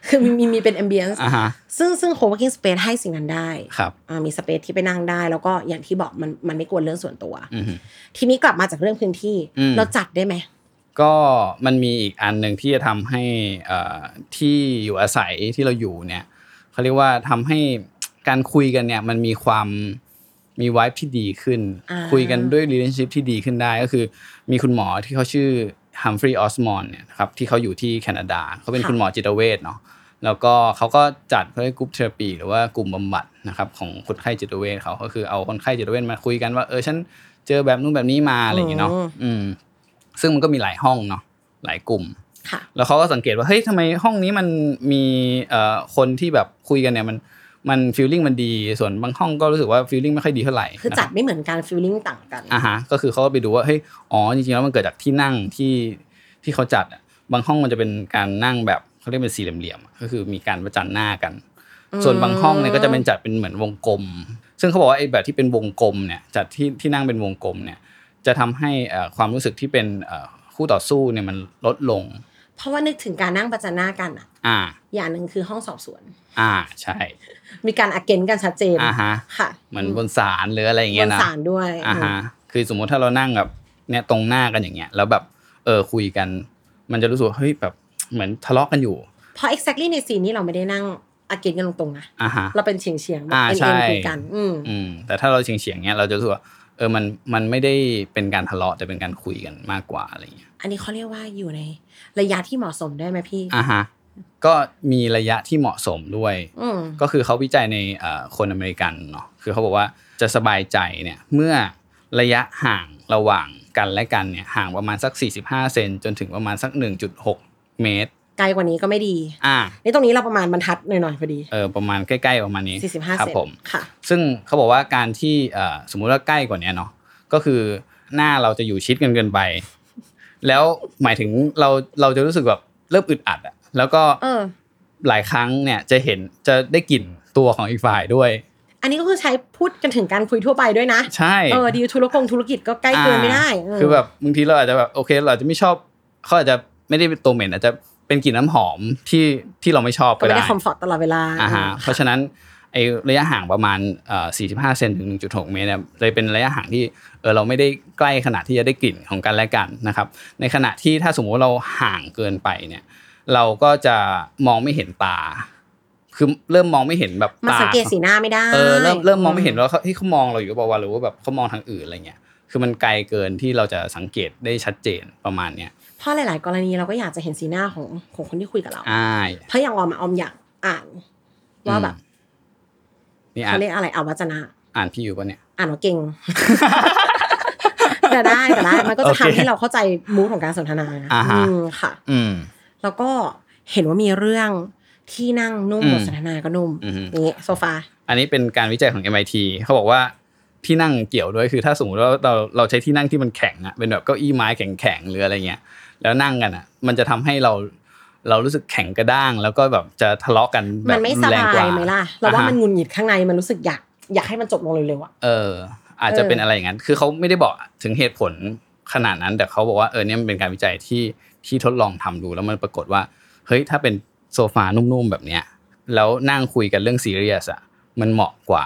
Speaker 4: คือมีมีมีเป็น ambience
Speaker 3: อ่าฮะ
Speaker 4: ซึ่งซึ่ง co-working space ให้สิ่งนั้นได้
Speaker 3: ครับ
Speaker 4: อ่ามี space ที่ไปนั่งได้ แล้วก็อย่างที่บอกมันมันไม่กวนเรื่องส่วนตัว
Speaker 3: อือฮึ
Speaker 4: ทีนี้กลับมาจากเรื่องพื้นที่
Speaker 3: อืม
Speaker 4: เราจัดได้ไหม
Speaker 3: ก็มันมีอีกอันหนึ่งที่จะทำให้เอ่อที่อยู่อาศัยที่เราอยู่เนี่ยเขาเรียกว่าทำให้การคุยกันเนี่ยมันมีความมีไวท์ที่ดีขึ้น
Speaker 4: อ่า
Speaker 3: คุยกันด้วย relationship ที่ดีขึ้นได้ก็คือ มีคุณหมอที่เขาชื่อฮัมฟรีย์ออสมอนเนี่ยนะครับที่เขาอยู่ที่แคนาดาเขาเป็นคุณหมอจิตเวชเนาะแล้วก็เขาก็จัดเขาเรียกกลุ่มเทอราปีหรือว่ากลุ่มบำบัดนะครับของคนไข้จิตเวชเขาก็คือเอาคนไข้จิตเวชมาคุยกันว่าเออฉันเจอแบบนู้นแบบนี้มาอะไรอย่างงี้เนาะอืม ซึ่งมันก็มีหลายห้องเนาะหลายกลุ่ม
Speaker 4: ค่ะ
Speaker 3: แล้วเขาก็สังเกตว่าเฮ้ยทำไมห้องนี้มันมีเอ่อคนที่แบบคุยกันเนี่ยมันมันฟีลลิ่งมันดีส่วนบางห้องก็รู้สึกว่าฟีลลิ่งไม่ค่อยดีเท่าไหร่
Speaker 4: คือจัดไม่เหมือนกัน feeling ต่างกัน
Speaker 3: อ่ะฮะก็คือเขาก็ไปดูว่าเฮ้ยอ๋อจริงๆแล้วมันเกิดจากที่นั่งที่ที่เขาจัดอะบางห้องมันจะเป็นการนั่งแบบเขาเรียกเป็นสี่เหลี่ยมๆอะก็คือมีการประจันหน้ากัน ส่วนบางห้องเนี่ยก็จะเป็นจัดเป็นเหมือนวงกลม ซึ่งเขาบอกว่าไอ้แบบที่เป็นวงกลมเนี่ยจัดที่ที่นั่งเป็นวงกลมเนี่ยจะทำให้เอ่อความรู้สึกที่เป็นเอ่อคู่ต่อสู้เนี่ยมันลดลง
Speaker 4: เพราะว่านึกถึงการนั่งประจันหน้ากันอะ
Speaker 3: อ่า
Speaker 4: อย่างหนึ่งคือห้องสอบสวน
Speaker 3: อ่าใช่
Speaker 4: มีการอเกนกันชัดเจน
Speaker 3: อ่าฮะ
Speaker 4: ค่ะ
Speaker 3: เหมือนบนศาลหรืออะไรอย่าง
Speaker 4: บ
Speaker 3: เงี้ย
Speaker 4: น
Speaker 3: นะ
Speaker 4: ศาลด้วย
Speaker 3: อ่าฮะคือสมมติถ้าเรานั่งแบบเนี่ยตรงหน้ากันอย่างเงี้ยแล้วแบบเออคุยกัน มันจะรู้สึกว่าเฮ้ยแบบเหมือนทะเลาะกันอยู่
Speaker 4: เพราะ exactly ในซีนนี้เราไม่ได้นั่ง อาเกนกันตรงๆนะ
Speaker 3: อ่าฮะ
Speaker 4: เราเป็นเฉียงเฉียงๆแบบ
Speaker 3: อ่า
Speaker 4: เอ็น
Speaker 3: ใช่
Speaker 4: เอ็นคุยกัน อืม
Speaker 3: อืมแต่ถ้าเราเฉียงเฉียงๆเนี้ยเราจะรู้สึกว่าเออมันมันไม่ได้เป็นการทะเลาะแต่เป็นการคุยกันมากกว่าอะไรเงี้ย
Speaker 4: อันนี้เขาเรียกว่าอยู่ในระยะที่เหมาะสมได้ไหมพี่
Speaker 3: อ่าฮะก็มีระยะที่เหมาะสมด้วย
Speaker 4: อืม
Speaker 3: ก็คือเขาวิจัยในเอ่อคนอเมริกันเนาะคือเขาบอกว่าจะสบายใจเนี่ยเมื่อระยะห่างระหว่างกันและกันเนี่ยห่างประมาณสัก 45 เซนจนถึงประมาณสัก 1.6 เมตร
Speaker 4: ไกลกว่านี้ก็ไม่ดี
Speaker 3: อ่า
Speaker 4: นี่ตรงนี้เราประมาณบรรทัดหน่อยๆพอดี
Speaker 3: เออประมาณใกล้ๆประมาณนี้
Speaker 4: สี่สิบห้า
Speaker 3: ครั
Speaker 4: เซน
Speaker 3: ผม
Speaker 4: ค่ะ
Speaker 3: ซึ่งเขาบอกว่าการที่เอ่อสมมุติว่าใกล้กว่าเนี้ยเนาะก็คือหน้าเราจะอยู่ชิดกันเกินไป แล้วหมายถึงเราเราจะรู้สึกแบบเริ่มอึดอัดอะแล้วก็
Speaker 4: เออ
Speaker 3: หลายครั้งเนี่ยจะเห็นจะได้กลิ่นตัวของอีกฝ่ายด้วย
Speaker 4: อันนี้ก็คือใช้พูดกันถึงการคุยทั่วไปด้วยนะ
Speaker 3: ใช่
Speaker 4: เออดีลธุรกงธุรกิจก็ใกล้เกินไม่ได้เ
Speaker 3: อ่าคือแบบบางทีเราอาจจะแบบโอเค เราอาจจะไม่ชอบเขาอาจจะไม่ได้เป็นตัวเหม็นอาจจะเป็นกลิ่นน้ำหอมที่ที่เราไม่ชอบ
Speaker 4: ก็
Speaker 3: ก็
Speaker 4: ไม่
Speaker 3: ได้
Speaker 4: ได้คอมฟอร์ตตลอดเวลา
Speaker 3: อ่าฮะ
Speaker 4: อืม
Speaker 3: เพราะฉะนั้นไอ้ระยะห่างประมาณเอ่อ45เซนถึง 1.6 เมตรเนี่ยเลยเป็นระยะห่างที่เออเราไม่ได้ใกล้ขนาดที่จะได้กลิ่นของกันและกันนะครับในขณะที่ถ้าสมมุติเราห่างเกินไปเนี่ยเราก็จะมองไม่เห็นตา คือเริ่มมองไม่เห็นแบบ
Speaker 4: มา
Speaker 3: ตา
Speaker 4: สังเกตสีหน้าไม่ได้
Speaker 3: เออเริ่มเริ่มมองไม่เห็นแล้วเขาที่เขามองเราอยู่ก็บอกว่าหรือว่าแบบเขามองทางอื่นอะไรเงี้ยคือมันไกลเกินที่เราจะสังเกตได้ชัดเจนประมาณเนี้ย
Speaker 4: เพราะหลาย ๆ กรณีเราก็อยากจะเห็นสีหน้าของของคนที่คุยกับเรา
Speaker 3: อ่า
Speaker 4: เพราะอย่างออมอะออมอยากอ่านว่าแบบ
Speaker 3: นี่อ่า
Speaker 4: เขา
Speaker 3: น
Speaker 4: เรียกอะไรอาวัจนะ
Speaker 3: อ่านพี่อยู่ปะเนี่ย
Speaker 4: อ่านว่าเก่ง [LAUGHS] แต่ได้แต่ได้มันก็จะทำให้เราเข้าใจมูทของการสนทนา
Speaker 3: อ่าฮะ
Speaker 4: อืมค่ะ
Speaker 3: อืม
Speaker 4: แล้วก็เห็นว่ามีเรื่องที่นั่งนุ่ม
Speaker 3: อืม
Speaker 4: บทสนทนาก็นุ่ม
Speaker 3: อือฮึ
Speaker 4: อย่างงี้โซฟา
Speaker 3: อันนี้เป็นการวิจัยของ MIT เขาบอกว่าที่นั่งเกี่ยวด้วยคือถ้าสมมติว่าเราเราใช้ที่นั่งที่มันแข็งอะเป็นแบบเก้าอี้ไม้แข็งแข็งๆหรืออะไรเงี้ยแล้วนั่งกันอะมันจะทำให้เราเรารู้สึกแข็งกระด้าง แล้วก็แบบจะทะเลาะกันแบ
Speaker 4: มั
Speaker 3: บ
Speaker 4: นไม่ส
Speaker 3: แรง
Speaker 4: บาก
Speaker 3: ว่
Speaker 4: ยไหมล่ะ เราว่ามันหงุนหงิดข้างในมันรู้สึกอยากอยากให้มันจบลงเร็วๆอ่ะ
Speaker 3: เอออาจจะ
Speaker 4: เออ
Speaker 3: เป็นอะไรอย่างนั้น คือเขาไม่ได้บอกถึงเหตุผลขนาดนั้น แต่เขาบอกว่าเออเนี่ยมันเป็นการวิจัยที่ที่ทดลองทำดูแล้วมันปรากฏว่า เฮ้ย ถ้าเป็นโซฟานุ่มๆแบบเนี้ยแล้วนั่งคุยกันเรื่องซีเรียสอ่ะมันเหมาะกว่า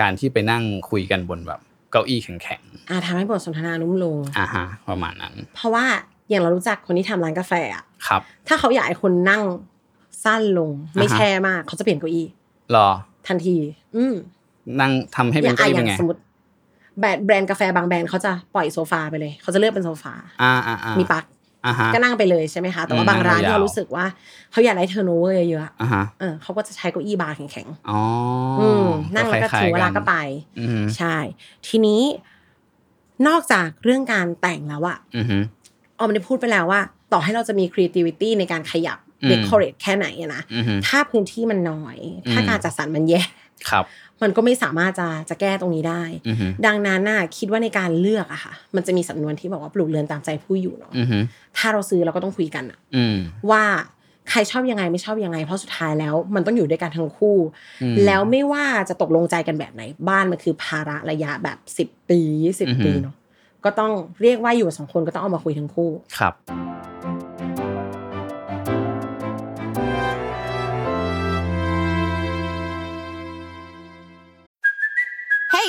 Speaker 3: การที่ไปนั่งคุยกันบนแบบเก้าอี้แข็ง
Speaker 4: อ่าทำให้บทสนทนานุ่มลง
Speaker 3: ๆอ่าฮะประมาณนั้น
Speaker 4: เพราะว่าอย่างเรารู้จักคนที่ทำร้านกาแฟอะ
Speaker 3: ครับ
Speaker 4: ถ้าเขาอยากให้คนนั่งสั้นลง ไม่
Speaker 3: อ่าฮะ
Speaker 4: แช่มาก เขาจะเปลี่ยนเก้าอี้
Speaker 3: รอ
Speaker 4: ทันที อืม
Speaker 3: นั่งทำให้เป็นเก้าอี้
Speaker 4: อ
Speaker 3: เป็
Speaker 4: ย่าง
Speaker 3: น
Speaker 4: อ่ะ
Speaker 3: ไง
Speaker 4: อย่างสมมติแบรนด์แบรนด์กาแฟบางแบรนด์เขาจะปล่อยโซฟาไปเลย เขาจะเลือกเป็นโซฟา
Speaker 3: อ่าอ่าอ่า
Speaker 4: มีปลั๊ก
Speaker 3: อ่าฮะ
Speaker 4: ก็นั่งไปเลยใช่ไหมคะ แต่
Speaker 3: อื
Speaker 4: ว่าม บางร้าน
Speaker 3: นั่งยาว
Speaker 4: ที่เขารู้สึกว่าเขาอยากได้เทอร์โนเวอร์เยอะๆอะ
Speaker 3: อ่าฮะ
Speaker 4: เออเขาก็จะใช้เก้าอี้บาร์แข็ง
Speaker 3: อ๋อ
Speaker 4: ๆ
Speaker 3: อ
Speaker 4: อืมนั่งแล้วก็
Speaker 3: คยๆ
Speaker 4: ถึงเวลาก็ไป
Speaker 3: อืม
Speaker 4: ใช่ ทีนี้นอกจากเรื่องการแต่งแล้วอะ
Speaker 3: อืมฮึ
Speaker 4: ออมได้พูดไปแล้วว่า ต่อให้เราจะมี creativity ในการขยับ
Speaker 3: อืม
Speaker 4: decorate แค่ไหนอะนะ
Speaker 3: อืมฮึ
Speaker 4: ถ้าพื้นที่มันน้อย
Speaker 3: อืม
Speaker 4: ถ้าการจัดสรรมันแย่ [LAUGHS]
Speaker 3: ครับ
Speaker 4: มันก็ไม่สามารถจะจะแก้ตรงนี้ได้
Speaker 3: อืมฮึ
Speaker 4: ดังนั้นน่ะคิดว่าในการเลือกอะค่ะ มันจะมีสำนวนที่บอกว่าปลูกเรือนตามใจผู้อยู่เนาะ
Speaker 3: อืมฮึ
Speaker 4: ถ้าเราซื้อเราก็ต้องคุยกันอะ
Speaker 3: อืม
Speaker 4: ว่าใครชอบยังไงไม่ชอบยังไง เพราะสุดท้ายแล้ว มันต้องอยู่ด้วยกันทั้งคู่
Speaker 3: อืม
Speaker 4: แล้วไม่ว่าจะตกลงใจกันแบบไหน บ้านมันคือภาระระยะแบบสิบปียี่สิบ
Speaker 3: อือหือ
Speaker 4: ปีเนาะก็ต้องเรียกว่าอยู่สองคนก็ต้องเอามาคุยทั้งคู่
Speaker 3: ครับ
Speaker 5: Hey,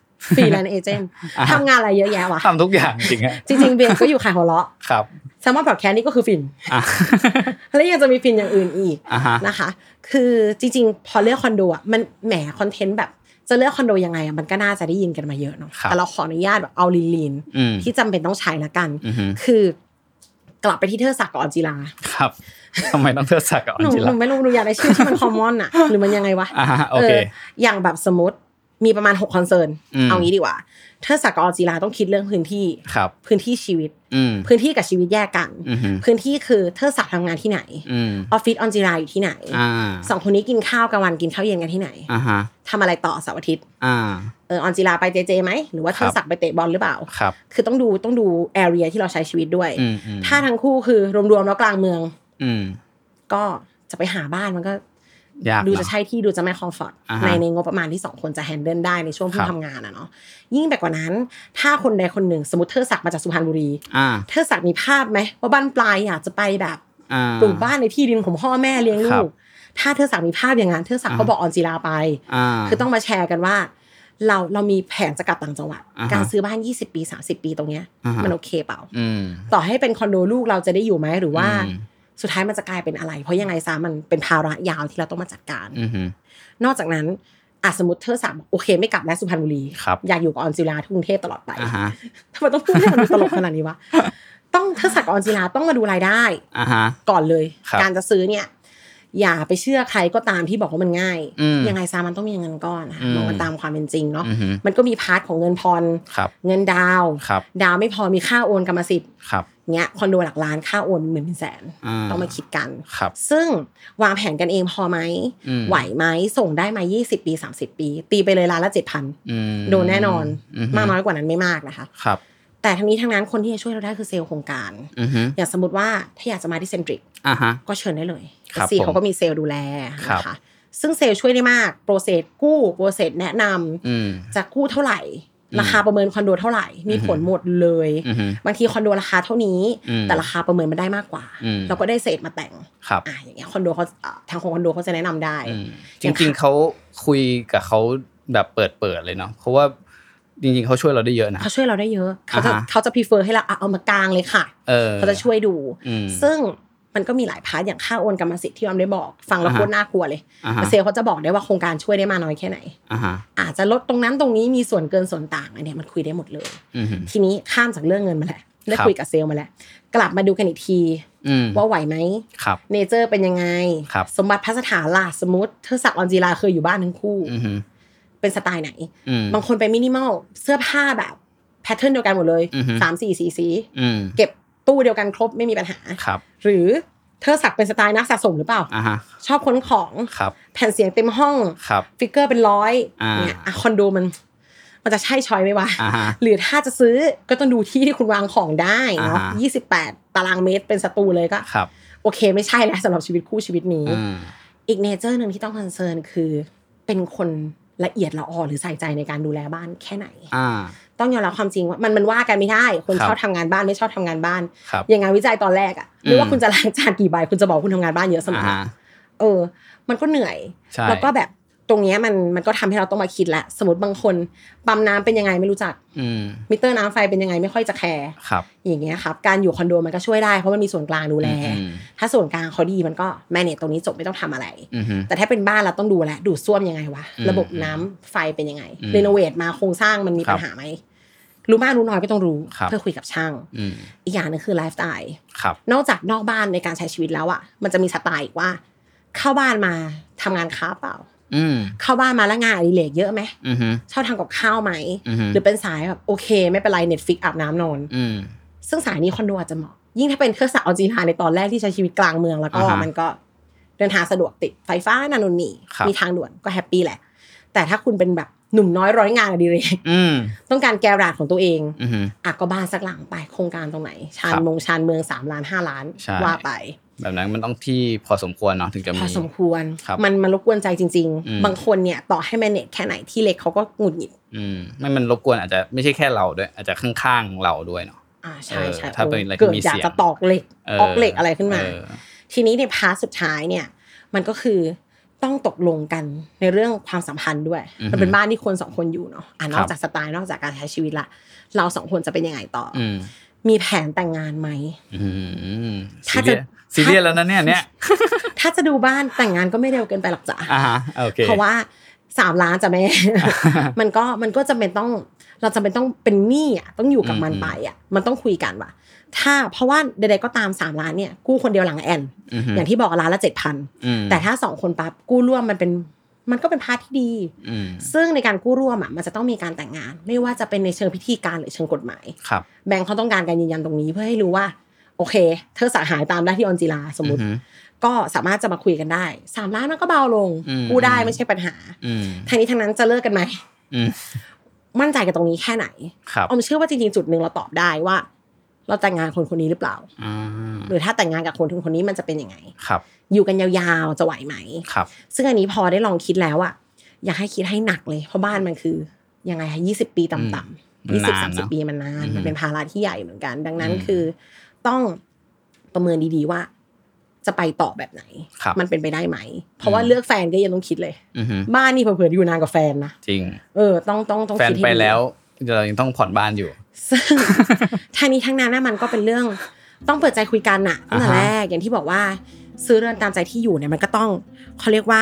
Speaker 4: ฟรีแล
Speaker 3: [LAUGHS]
Speaker 4: นซ์เอเจนต์ทำงานอะไรเยอะแยะวะ
Speaker 3: ทำทุกอย่างจริงๆอะ
Speaker 4: จริงๆเบียนก็อยู่ขายหัวเราะ
Speaker 3: ครับ
Speaker 4: แซมมอนพอดแคสต์นี่ก็คือฟิน
Speaker 3: อ่ะ
Speaker 4: แล้วยังจะมีฟินอย่างอื่นอีก
Speaker 3: อ่าฮะ
Speaker 4: นะคะ คือจริงๆ พอเลือกคอนโดอ่ะมันแหมคอนเทนต์แบบจะเลือกคอนโดยังไงอ่ะมันก็น่าจะได้ยินกันมาเยอะเนาะ
Speaker 3: ครับ
Speaker 4: แต่เราขออนุญาตแบบเอาลีน
Speaker 3: อืม
Speaker 4: ๆที่จำเป็นต้องใช้ละกัน
Speaker 3: อือฮึ
Speaker 4: คือกลับไปที่เทอศักดิ์กับออนจิลา
Speaker 3: ครับทำไมต้องเทดสักดิ์กับออ
Speaker 4: ห
Speaker 3: น
Speaker 4: นู
Speaker 3: จิ
Speaker 4: ห
Speaker 3: ลา
Speaker 4: นูไม่รู้หนูอยากได้ชื่อที่มันคอมมอนอ่ะ หรือมันยังไงวะ
Speaker 3: อ่าฮะโอเค
Speaker 4: อย่างแบบสมมติมีประมาณ 6 คอนเซิร์น
Speaker 3: อืม
Speaker 4: เอางี้ดีกว่าเทอศักดิ์กับออนจิลาต้องคิดเรื่องพื้นที่
Speaker 3: ครับ
Speaker 4: พื้นที่ชีวิต
Speaker 3: อืม
Speaker 4: พื้นที่กับชีวิตแยกกัน
Speaker 3: อืม
Speaker 4: พื้นที่คือเทอศักดิ์ทำงานที่ไหน
Speaker 3: อืม
Speaker 4: ออฟฟิศออนจิลาอยู่ที่ไหน
Speaker 3: อ่า
Speaker 4: สองคนนี้กินข้าวกลางวันกินข้าวเย็นกันที่ไหน
Speaker 3: อ่าฮะ
Speaker 4: ทำอะไรต่อเสาร์อาทิตย์
Speaker 3: อ่า
Speaker 4: เออออนจิลาไปเจเจไหมหรือว่า
Speaker 3: ค
Speaker 4: เธ
Speaker 3: รับ
Speaker 4: อศักดิ์ไปเตะบอลหรือเปล่า
Speaker 3: ครับ
Speaker 4: คือต้องดูต้องดูแอเรียที่เราใช้ชีวิตด้วย
Speaker 3: อืมอืม
Speaker 4: ถ้าทั้งคู่คือรวมๆแล้วกลางเมือง
Speaker 3: อืม
Speaker 4: ก็จะไปหาบ้านมันก็
Speaker 3: ยาก
Speaker 4: ดู
Speaker 3: เน
Speaker 4: จะ
Speaker 3: อะ
Speaker 4: ใช่ที่ดูจะไม่คอมฟอร์ต
Speaker 3: อ่าฮะ
Speaker 4: ในในงบประมาณที่สองคนจะแฮนเดิลได้ในช่วง
Speaker 3: ค
Speaker 4: ที่
Speaker 3: รับ
Speaker 4: ทำงานอะเนาะยิ่งไปกว่านั้น ถ้าคนใดคนหนึ่งสมมติเธอศักดิ์มาจากสุพรรณบุรี
Speaker 3: อ่า
Speaker 4: เธอศักดิ์มีภาพไหมว่าบ้านปลายอยากจะไปแบบ
Speaker 3: อ่า
Speaker 4: ปลูกบ้านในที่ดินของพ่อแม่เลี้ยง
Speaker 3: ครั
Speaker 4: ลู
Speaker 3: บ
Speaker 4: ก ถ้าเธอสั่งมีภาพอย่างนั้น เธอสั่ง
Speaker 3: อ่า
Speaker 4: ก็บอกออนจีลาไป
Speaker 3: อ่า
Speaker 4: คือต้องมาแชร์กันว่า เราเรามีแผนจะกลับต่างจังหวัด
Speaker 3: อ่าฮะ
Speaker 4: การซื้อบ้าน 20 ปี 30 ปีตรงเนี้ย
Speaker 3: อ่าฮะ
Speaker 4: มันโอเคเปล่า
Speaker 3: อืม
Speaker 4: ต่อให้เป็นคอนโดลูกเราจะได้อยู่ไหมหรือว่า
Speaker 3: อืม
Speaker 4: สุดท้ายมันจะกลายเป็นอะไร เพราะยังไงซะมันเป็นภาระยาวที่เราต้องมาจัดการ
Speaker 3: อืม
Speaker 4: นอกจากนั้นอ่ะสมมติเธอสั่งโอเคไม่กลับแล้วสุพรรณบุรี
Speaker 3: ครับ
Speaker 4: อยากอยู่กับออนจิลาที่กรุงเทพตลอดไป
Speaker 3: อ่าฮะ
Speaker 4: ทำไมต้องพูดให้มันดูตลกขนาดนี้วะต้องเธอสั่งกับออนจิลาต้องมาดูรายได้
Speaker 3: อ่าฮะ
Speaker 4: ก่อนเลย
Speaker 3: ครับ
Speaker 4: การจะซื้อเนี่ย อย่าไปเชื่อใครก็ตามที่บอกว่ามันง่าย
Speaker 3: อืม
Speaker 4: ยังไงซามันต้องมีเงินก้อนนะคะ
Speaker 3: อืม
Speaker 4: มองกันตามความเป็นจริงเนาะ
Speaker 3: อืม
Speaker 4: มันก็มีพาร์ทของเงินพร
Speaker 3: ครับ
Speaker 4: เงินดาวน์
Speaker 3: ครับ
Speaker 4: ดาวน์ไม่พอมีค่าโอนกรรมสิทธิ์
Speaker 3: ครับ
Speaker 4: เนี้ยคอนโดหลักล้านค่าโอนหมื่นเป็นแสน
Speaker 3: อ่า
Speaker 4: ต้องมาคิดกัน
Speaker 3: ครับ
Speaker 4: ซึ่งวางแผนกันเองพอไหม
Speaker 3: อืม
Speaker 4: ไหวไหมส่งได้ไหมยี่สิบปี 30 ปี ตีไปเลยล้านละเจ็ดพัน
Speaker 3: อืม
Speaker 4: โดนแน่นอน
Speaker 3: อื
Speaker 4: มากน้อยกว่านั้นไม่มากนะคะ
Speaker 3: ครับ
Speaker 4: แต่ทั้งนี้ทั้งนั้นคนที่จะช่วยเราได้คือเซลล์โครงการ
Speaker 3: อืม
Speaker 4: อย่างสมมติว่าถ้าอยากจะมาที่เซนทริก
Speaker 3: อ่าฮะ
Speaker 4: ก็เชิญได้เลย
Speaker 3: ครับ
Speaker 4: ซี
Speaker 3: ผม
Speaker 4: เขาก็มีเซลล์ดูแล
Speaker 3: ครับ
Speaker 4: นะคะ ซึ่งเซลล์ช่วยได้มาก โปรเซสกู้ โปรเซสแนะนำ
Speaker 3: อืม
Speaker 4: จะกู้เท่าไหร่
Speaker 3: อืม
Speaker 4: ราคาประเมินคอนโดเท่าไหร่ มีผลหมดเลย
Speaker 3: อือหือบ
Speaker 4: างทีคอนโดราคาเท่านี้
Speaker 3: อืม
Speaker 4: แต่ราคาประเมินมันได้มากกว่า
Speaker 3: อืม
Speaker 4: เราก็ได้เศษมาแต่ง
Speaker 3: ครับ
Speaker 4: อ่ะอย่างเงี้ยคอนโดเขาอ่ะทางของคอนโดเขาจะแนะนำได้
Speaker 3: อืมจ
Speaker 4: อย่าง
Speaker 3: ริงๆเขาคุยกับเขาแบบเปิดเปิดๆเลยเนาะเพราะว่าจริงๆเขาช่วยเราได้เยอะนะ
Speaker 4: เขาช่วยเราได้เยอะ เขาจะ
Speaker 3: อ่าฮะ
Speaker 4: เขาจะ prefer ให้เราอ่ะเอามากลางเลยค่ะ
Speaker 3: เออ
Speaker 4: เขาจะช่วยดู
Speaker 3: อืม
Speaker 4: ซึ่งมันก็มีหลายพาร์ทอย่างค่าโอนกรรมสิทธิ์ที่ออมได้บอก ฟังแล้ว
Speaker 3: อ่า
Speaker 4: โค
Speaker 3: ฮะ
Speaker 4: ตรน่ากลัวเลย
Speaker 3: อ่าฮะ
Speaker 4: เซลล์เขาจะบอกได้ว่าโครงการช่วยได้มากน้อยแค่ไหน
Speaker 3: อ่าฮะ
Speaker 4: อาจจะลดตรงนั้นตรงนี้มีส่วนเกินส่วนต่างอันเนี้ยมันคุยได้หมดเลย
Speaker 3: อืม
Speaker 4: ทีนี้ข้ามจากเรื่องเงินมาแล้วได้
Speaker 3: ครับ
Speaker 4: คุยกับเซลล์มาแล้ว กลับมาดูกันอีกที
Speaker 3: อืม
Speaker 4: ว่าไหวไหม
Speaker 3: ครับ
Speaker 4: เนเจอร์เป็นยังไง
Speaker 3: ครับ
Speaker 4: สมบัติพัสถานล่ะสมมติเธอสักดิ์ออนจีลาเคยอยู่บ้านทั้งคู่
Speaker 3: อืม
Speaker 4: เป็นสไตล์ไหน
Speaker 3: อืม
Speaker 4: บางคนไปมินิมอลเสื้อผ้าแบบแพทเทิร์นเดียวกันหมดเลย
Speaker 3: อือฮึ
Speaker 4: สามสี่สีสี
Speaker 3: อืม
Speaker 4: เก็บตู้เดียวกันครบไม่มีปัญหา
Speaker 3: ครับ
Speaker 4: หรือเธอสักดิ์เป็นสไตล์นักสะสมหรือเปล่า
Speaker 3: อ่าฮะ
Speaker 4: ชอบค้นของ
Speaker 3: ครับ
Speaker 4: แผ่นเสียงเต็มห้อง
Speaker 3: ครับ
Speaker 4: ฟิกเกอร์เป็นร้อย
Speaker 3: อ่า
Speaker 4: เนี่ยอ่ะคอนโดมัน มันจะใช่ชอยไหมวะ
Speaker 3: อ่าฮะ
Speaker 4: หรือถ้าจะซื้อก็ต้องดูที่ที่คุณวางของได้เนาะ
Speaker 3: อ่าฮะ
Speaker 4: ยี่สิบแปดตารางเมตรเป็นสตูเลยก็
Speaker 3: ครับ
Speaker 4: โอเคไม่ใช่แล้วสำหรับชีวิตคู่ชีวิตนี้
Speaker 3: อืม
Speaker 4: อีกเนเจอร์หนึ่งที่ต้องคอนเซิร์นคือ เป็นคนละเอียดละออหรือใส่ใจในการดูแลบ้านแค่ไหน
Speaker 3: อ่า
Speaker 4: ต้องยอมรับความจริงว่ามันมันว่ากันไม่ได้ คน
Speaker 3: ครับ
Speaker 4: ชอบทำงานบ้านไม่ชอบทำงานบ้าน
Speaker 3: ครับ
Speaker 4: อย่างงานวิจัยตอนแรกอะ
Speaker 3: อืม
Speaker 4: ไม่ว่าคุณจะล้างจานกี่ใบคุณจะบอกคุณทำงานบ้านเยอะเสม
Speaker 3: อ่า
Speaker 4: ออ
Speaker 3: ฮะ
Speaker 4: เออ มันก็เหนื่อย
Speaker 3: ใช่
Speaker 4: แล้วก็แบบตรงเนี้ยมันมันก็ทำให้เราต้องมาคิดละสมมติบางคนปั๊มน้ำเป็นยังไงไม่รู้จัก
Speaker 3: อืม
Speaker 4: มิเตอร์น้ำไฟเป็นยังไงไม่ค่อยจะแคร์
Speaker 3: ครับ
Speaker 4: อย่างเงี้ยครับการอยู่คอนโดมันก็ช่วยได้เพราะมันมีส่วนกลางดูแล
Speaker 3: อืม
Speaker 4: ถ้าส่วนกลางเขาดีมันก็แมเนจตรงนี้จบไม่ต้องทำอะไร
Speaker 3: อืมอืม
Speaker 4: แต่ถ้าเป็นบ้านเราต้องดูแลดูดซ่วมยังไงวะ
Speaker 3: อืม
Speaker 4: ระบบน้ำไฟเป็นยังไง
Speaker 3: อืม
Speaker 4: รีโนเวทมาโครงสร้างมันมีปัญหาไหมรู้มากรู้น้อยก็ต้องรู้
Speaker 3: ครับ
Speaker 4: เพื่อคุยกับช่าง
Speaker 3: อืม
Speaker 4: อีกอย่างหนึงคือไลฟ์สไตล์
Speaker 3: ครับ
Speaker 4: นอกจากนอกบ้านในการใช้ชีวิตแล้วอ่ะ มันจะมีสไตล์อีกว่า เข้าบ้านมาทำงานค้าเปล่า
Speaker 3: อืม
Speaker 4: เข้าบ้านมาแล้วงานอดิเรกเยอะไหม
Speaker 3: อืมอืม
Speaker 4: ชอบทำกับข้าวไหม
Speaker 3: อืม
Speaker 4: หรือเป็นสายแบบโอเค ไม่เป็นไรเน็ตฟิกอาบน้ำนอน
Speaker 3: อืม
Speaker 4: ซึ่งสายนี้คอนโดอาจจะเหมาะ ยิ่งถ้าเป็นเครื่องสาวจีนานในตอนแรกที่ใช้ชีวิตกลางเมืองแล้วก็
Speaker 3: อ่าฮะ
Speaker 4: มันก็เดินทางสะดวกติดไฟฟ้านานุนนี่
Speaker 3: ครับ
Speaker 4: มีทางด่วนก็แฮปปี้แหละ แต่ถ้าคุณเป็นแบบหนุ่มน้อยร้อยงานอดิเรก [LAUGHS]
Speaker 3: อืม
Speaker 4: ต้องการแกราดของตัวเอง
Speaker 3: อืม
Speaker 4: อ่ะก็บ้านสักหลังไปโครงการตรงไหน ชา
Speaker 3: ครั
Speaker 4: น
Speaker 3: บ
Speaker 4: มงชานเมืองสามล้านห้าล้าน
Speaker 3: ใช่
Speaker 4: ว่าไป
Speaker 3: แบบนั้นมันต้องที่พอสมควรเนาะถึงจะ
Speaker 4: พ
Speaker 3: มี
Speaker 4: อสมควร
Speaker 3: ครับ
Speaker 4: มันมันรบกวนใจจริง
Speaker 3: อืม
Speaker 4: ๆ บางคนเนี่ยต่อให้แมเนจแค่ไหนที่เล็กเขาก็หงุดหงิด
Speaker 3: อืมไม่มันรบกวนอาจจะไม่ใช่แค่เราด้วย อาจจะข้างๆเราด้วยเนาะ
Speaker 4: อ่าใช่
Speaker 3: เออ
Speaker 4: ใช่
Speaker 3: ถ้าเป็นอะไรที่
Speaker 4: เกิด
Speaker 3: มี
Speaker 4: อยา
Speaker 3: เสี
Speaker 4: ก
Speaker 3: ยง
Speaker 4: จะตอกเหล็ก
Speaker 3: เ
Speaker 4: ออกเหล็กอะไรขึ้นมา
Speaker 3: เออ
Speaker 4: ทีนี้ในพาร์ทสุดท้ายเนี่ย มันก็คือ ต้องตกลงกันในเรื่องความสัมพันธ์ด้วย
Speaker 3: อือฮึ
Speaker 4: มันเป็นบ้านที่คนสองคนอยู่เนาะอ่ะน
Speaker 3: ค
Speaker 4: อ
Speaker 3: รั
Speaker 4: ก
Speaker 3: บ
Speaker 4: จากสไตล์นอกจากการใช้ชีวิตละ เราสองคนจะเป็นยังไงต่ออ
Speaker 3: อืม
Speaker 4: มีแผนแต่งงานไหม
Speaker 3: อืมซี
Speaker 4: ถ้า
Speaker 3: เรี
Speaker 4: จะ
Speaker 3: ยสซีเรียสแล้วนะเนี่ยเนี่ย
Speaker 4: ถ้าจะดูบ้านแต่งงานก็ไม่เร็วเกินไปหรอกจ้ะ
Speaker 3: อ่าฮะโอเค
Speaker 4: เพราะว่าสามล้านจะแม่
Speaker 3: [LAUGHS]
Speaker 4: มันก็มันก็จะเป็นต้องเราจะเป็นต้องเป็นหนี้อ่ะต้องอยู่กับมัน
Speaker 3: อืม
Speaker 4: ไปอ่ะมันต้องคุยกันว่ะ ถ้าเพราะว่าใดๆก็ตามสามล้านเนี่ยกู้คนเดียวหลังแอน
Speaker 3: ม
Speaker 4: อย่างที่บอกล้านละเจ็ดพัน
Speaker 3: อืม
Speaker 4: แต่ถ้าสองคนปั๊บกู้ร่วมมันเป็นมันก็เป็นพาร์ทที่ดี
Speaker 3: อืม
Speaker 4: ซึ่งในการกู้ร่วมอ่ะมันจะต้องมีการแต่งงาน ไม่ว่าจะเป็นในเชิงพิธีการหรือเชิงกฎหมาย
Speaker 3: ครับ
Speaker 4: แบงค์เขาต้องการการยืนยันตรงนี้เพื่อให้รู้ว่า โอเค เธอสหายตามได้ที่ออนจิลาสมมติ
Speaker 3: อือฮึ
Speaker 4: ก็สามารถจะมาคุยกันได้สามล้านมันก็เบาลง
Speaker 3: อืม
Speaker 4: กู้ได้ไม่ใช่ปัญหา
Speaker 3: อืม
Speaker 4: ทางนี้ทางนั้นจะเลิกกันไหม
Speaker 3: อืม
Speaker 4: มั่นใจกับตรงนี้แค่ไหน
Speaker 3: ครับ
Speaker 4: ออมเชื่อว่าจริงๆจุดหนึ่งเราตอบได้ว่า เราแต่งงานคนคนนี้หรือเปล่า
Speaker 3: อ่า
Speaker 4: หรือถ้าแต่งงานกับคนคนนี้มันจะเป็นยังไง
Speaker 3: ครับ
Speaker 4: อยู่กันยาวๆจะไหวไหม
Speaker 3: ครับ
Speaker 4: ซึ่งอันนี้พอได้ลองคิดแล้วอะอยากให้คิดให้หนักเลย เพราะบ้านมันคือยังไงยี่สิบปีต่ำ
Speaker 3: อื
Speaker 4: ๆยี่
Speaker 3: ม
Speaker 4: สิบ
Speaker 3: นา
Speaker 4: สาน ม
Speaker 3: เน
Speaker 4: สิบ
Speaker 3: อะ
Speaker 4: ปีมันนาน
Speaker 3: อือฮึ
Speaker 4: มันเป็นภาระที่ใหญ่เหมือนกัน ดังนั้น
Speaker 3: อืม
Speaker 4: คือต้องประเมินดีๆว่า จะไปต่อแบบไหน
Speaker 3: ครับ
Speaker 4: มันเป็นไปได้ไหม เพราะว่า
Speaker 3: อืม
Speaker 4: เลือกแฟนก็ยังต้องคิดเลย
Speaker 3: อือฮึ
Speaker 4: บ้านนี่เผื่อๆอยู่นานกับแฟนนะ
Speaker 3: จริง
Speaker 4: เออต้องต้องต้อง
Speaker 3: แฟน
Speaker 4: คิดให้
Speaker 3: ไป
Speaker 4: ดี
Speaker 3: แล้วเรายังต้องผ่อนบ้านอยู่
Speaker 4: ซึ่ง ทั้งนี้ทั้งนั้นนะมันก็เป็นเรื่องต้องเปิดใจคุยกันอะตั้งแต่
Speaker 3: อ่าฮะ
Speaker 4: แรกอย่างที่บอกว่าซื้อเรือนตามใจที่อยู่เนี่ยมันก็ต้องเขาเรียกว่า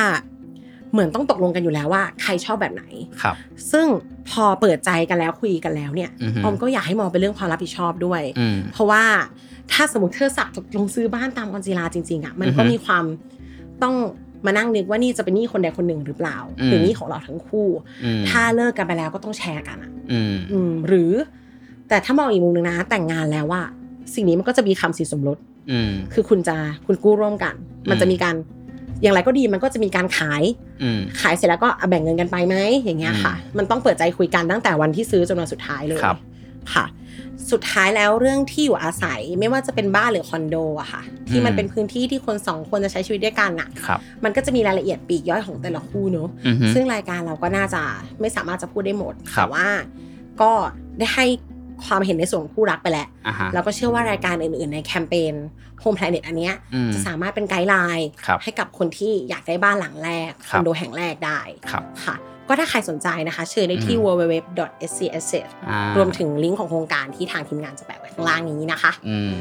Speaker 4: เหมือนต้องตกลงกันอยู่แล้วว่า ใครชอบแบบไหน
Speaker 3: ครับ
Speaker 4: ซึ่งพอเปิดใจกันแล้วคุยกันแล้วเนี่ย
Speaker 3: อือฮึ
Speaker 4: ออมก็อยากให้มองเป็นเรื่องความรับผิดชอบด้วย
Speaker 3: อืม
Speaker 4: เพราะว่าถ้าสมมติเธอสักลงซื้อบ้านตามกอนจีลาจริงๆอะมันก็
Speaker 3: อือฮึ
Speaker 4: มีความต้องมานั่งนึกว่านี่จะเป็นหนี้คนใดคนหนึ่งหรือเปล่า
Speaker 3: อืม
Speaker 4: หรือหนี้ของเราทั้งคู่
Speaker 3: อืม
Speaker 4: ถ้าเลิกกันไปแล้วก็ต้องแชร์กันอะ
Speaker 3: อืม
Speaker 4: อืมหรือ แต่ถ้ามองอีกมุมหนึ่งนะ แต่งงานแล้วว่า สิ่งนี้มันก็จะมีคำสินสมรส
Speaker 3: อืม
Speaker 4: คือคุณจะคุณกู้ร่วมกัน มันจะมีการอย่างไรก็ดีมันก็จะมีการขาย
Speaker 3: อืม
Speaker 4: ขายเสร็จแล้วก็อ่ะแบ่งเงินกันไปไหมอย่างเงี้ยค่ะ มันต้องเปิดใจคุยกันตั้งแต่วันที่ซื้อจนวันสุดท้ายเลย
Speaker 3: ครับ
Speaker 4: ค่ะ สุดท้ายแล้วเรื่องที่อยู่อาศัยไม่ว่าจะเป็นบ้านหรือคอนโดอะค่ะ ที่มันเป็นพื้นที่ที่คนสองคนจะใช้ชีวิตด้วยกันอะ
Speaker 3: ครับ
Speaker 4: มันก็จะมีรายละเอียดปลีกย่อยของแต่ละคู่เนอะ
Speaker 3: อือฮึ
Speaker 4: ซึ่งรายการเราก็น่าจะไม่สามารถจะพูดได้หมด
Speaker 3: ครั
Speaker 4: แต่
Speaker 3: บ
Speaker 4: ว่าก็ได้ให้ความเห็นในส่วนของคู่รักไปแล้ว
Speaker 3: อ่าฮะ
Speaker 4: แล้วก็เชื่อว่ารายการอื่นๆ ในแคมเปญ Home Planet อันเนี้ย
Speaker 3: อืม
Speaker 4: จะสามารถเป็นไกด์ไลน์
Speaker 3: ครับ
Speaker 4: ให้กับคนที่อยากได้บ้านหลังแรก
Speaker 3: ค
Speaker 4: ครับ อนโดแห่งแรกได้
Speaker 3: ครับ
Speaker 4: ค่ะ ก็ถ้าใครสนใจนะคะเชิญได้ที่
Speaker 3: อืม
Speaker 4: www.scasset
Speaker 3: อ่าร
Speaker 4: วมถึงลิงก์ของโครงการที่ทางทีมงานจะแปะไว้ข้างล่างนี้นะคะ
Speaker 3: อืม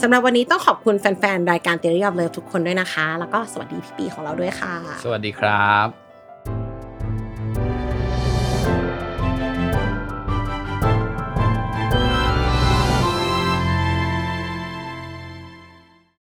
Speaker 4: สำหรับวันนี้ต้องขอบคุณแฟนๆ รายการ Theory of Love ทุกคนด้วยนะคะ แล้วก็สวัสดีพี่ปีของเราด้วยค่ะ
Speaker 3: สวัสดีครับ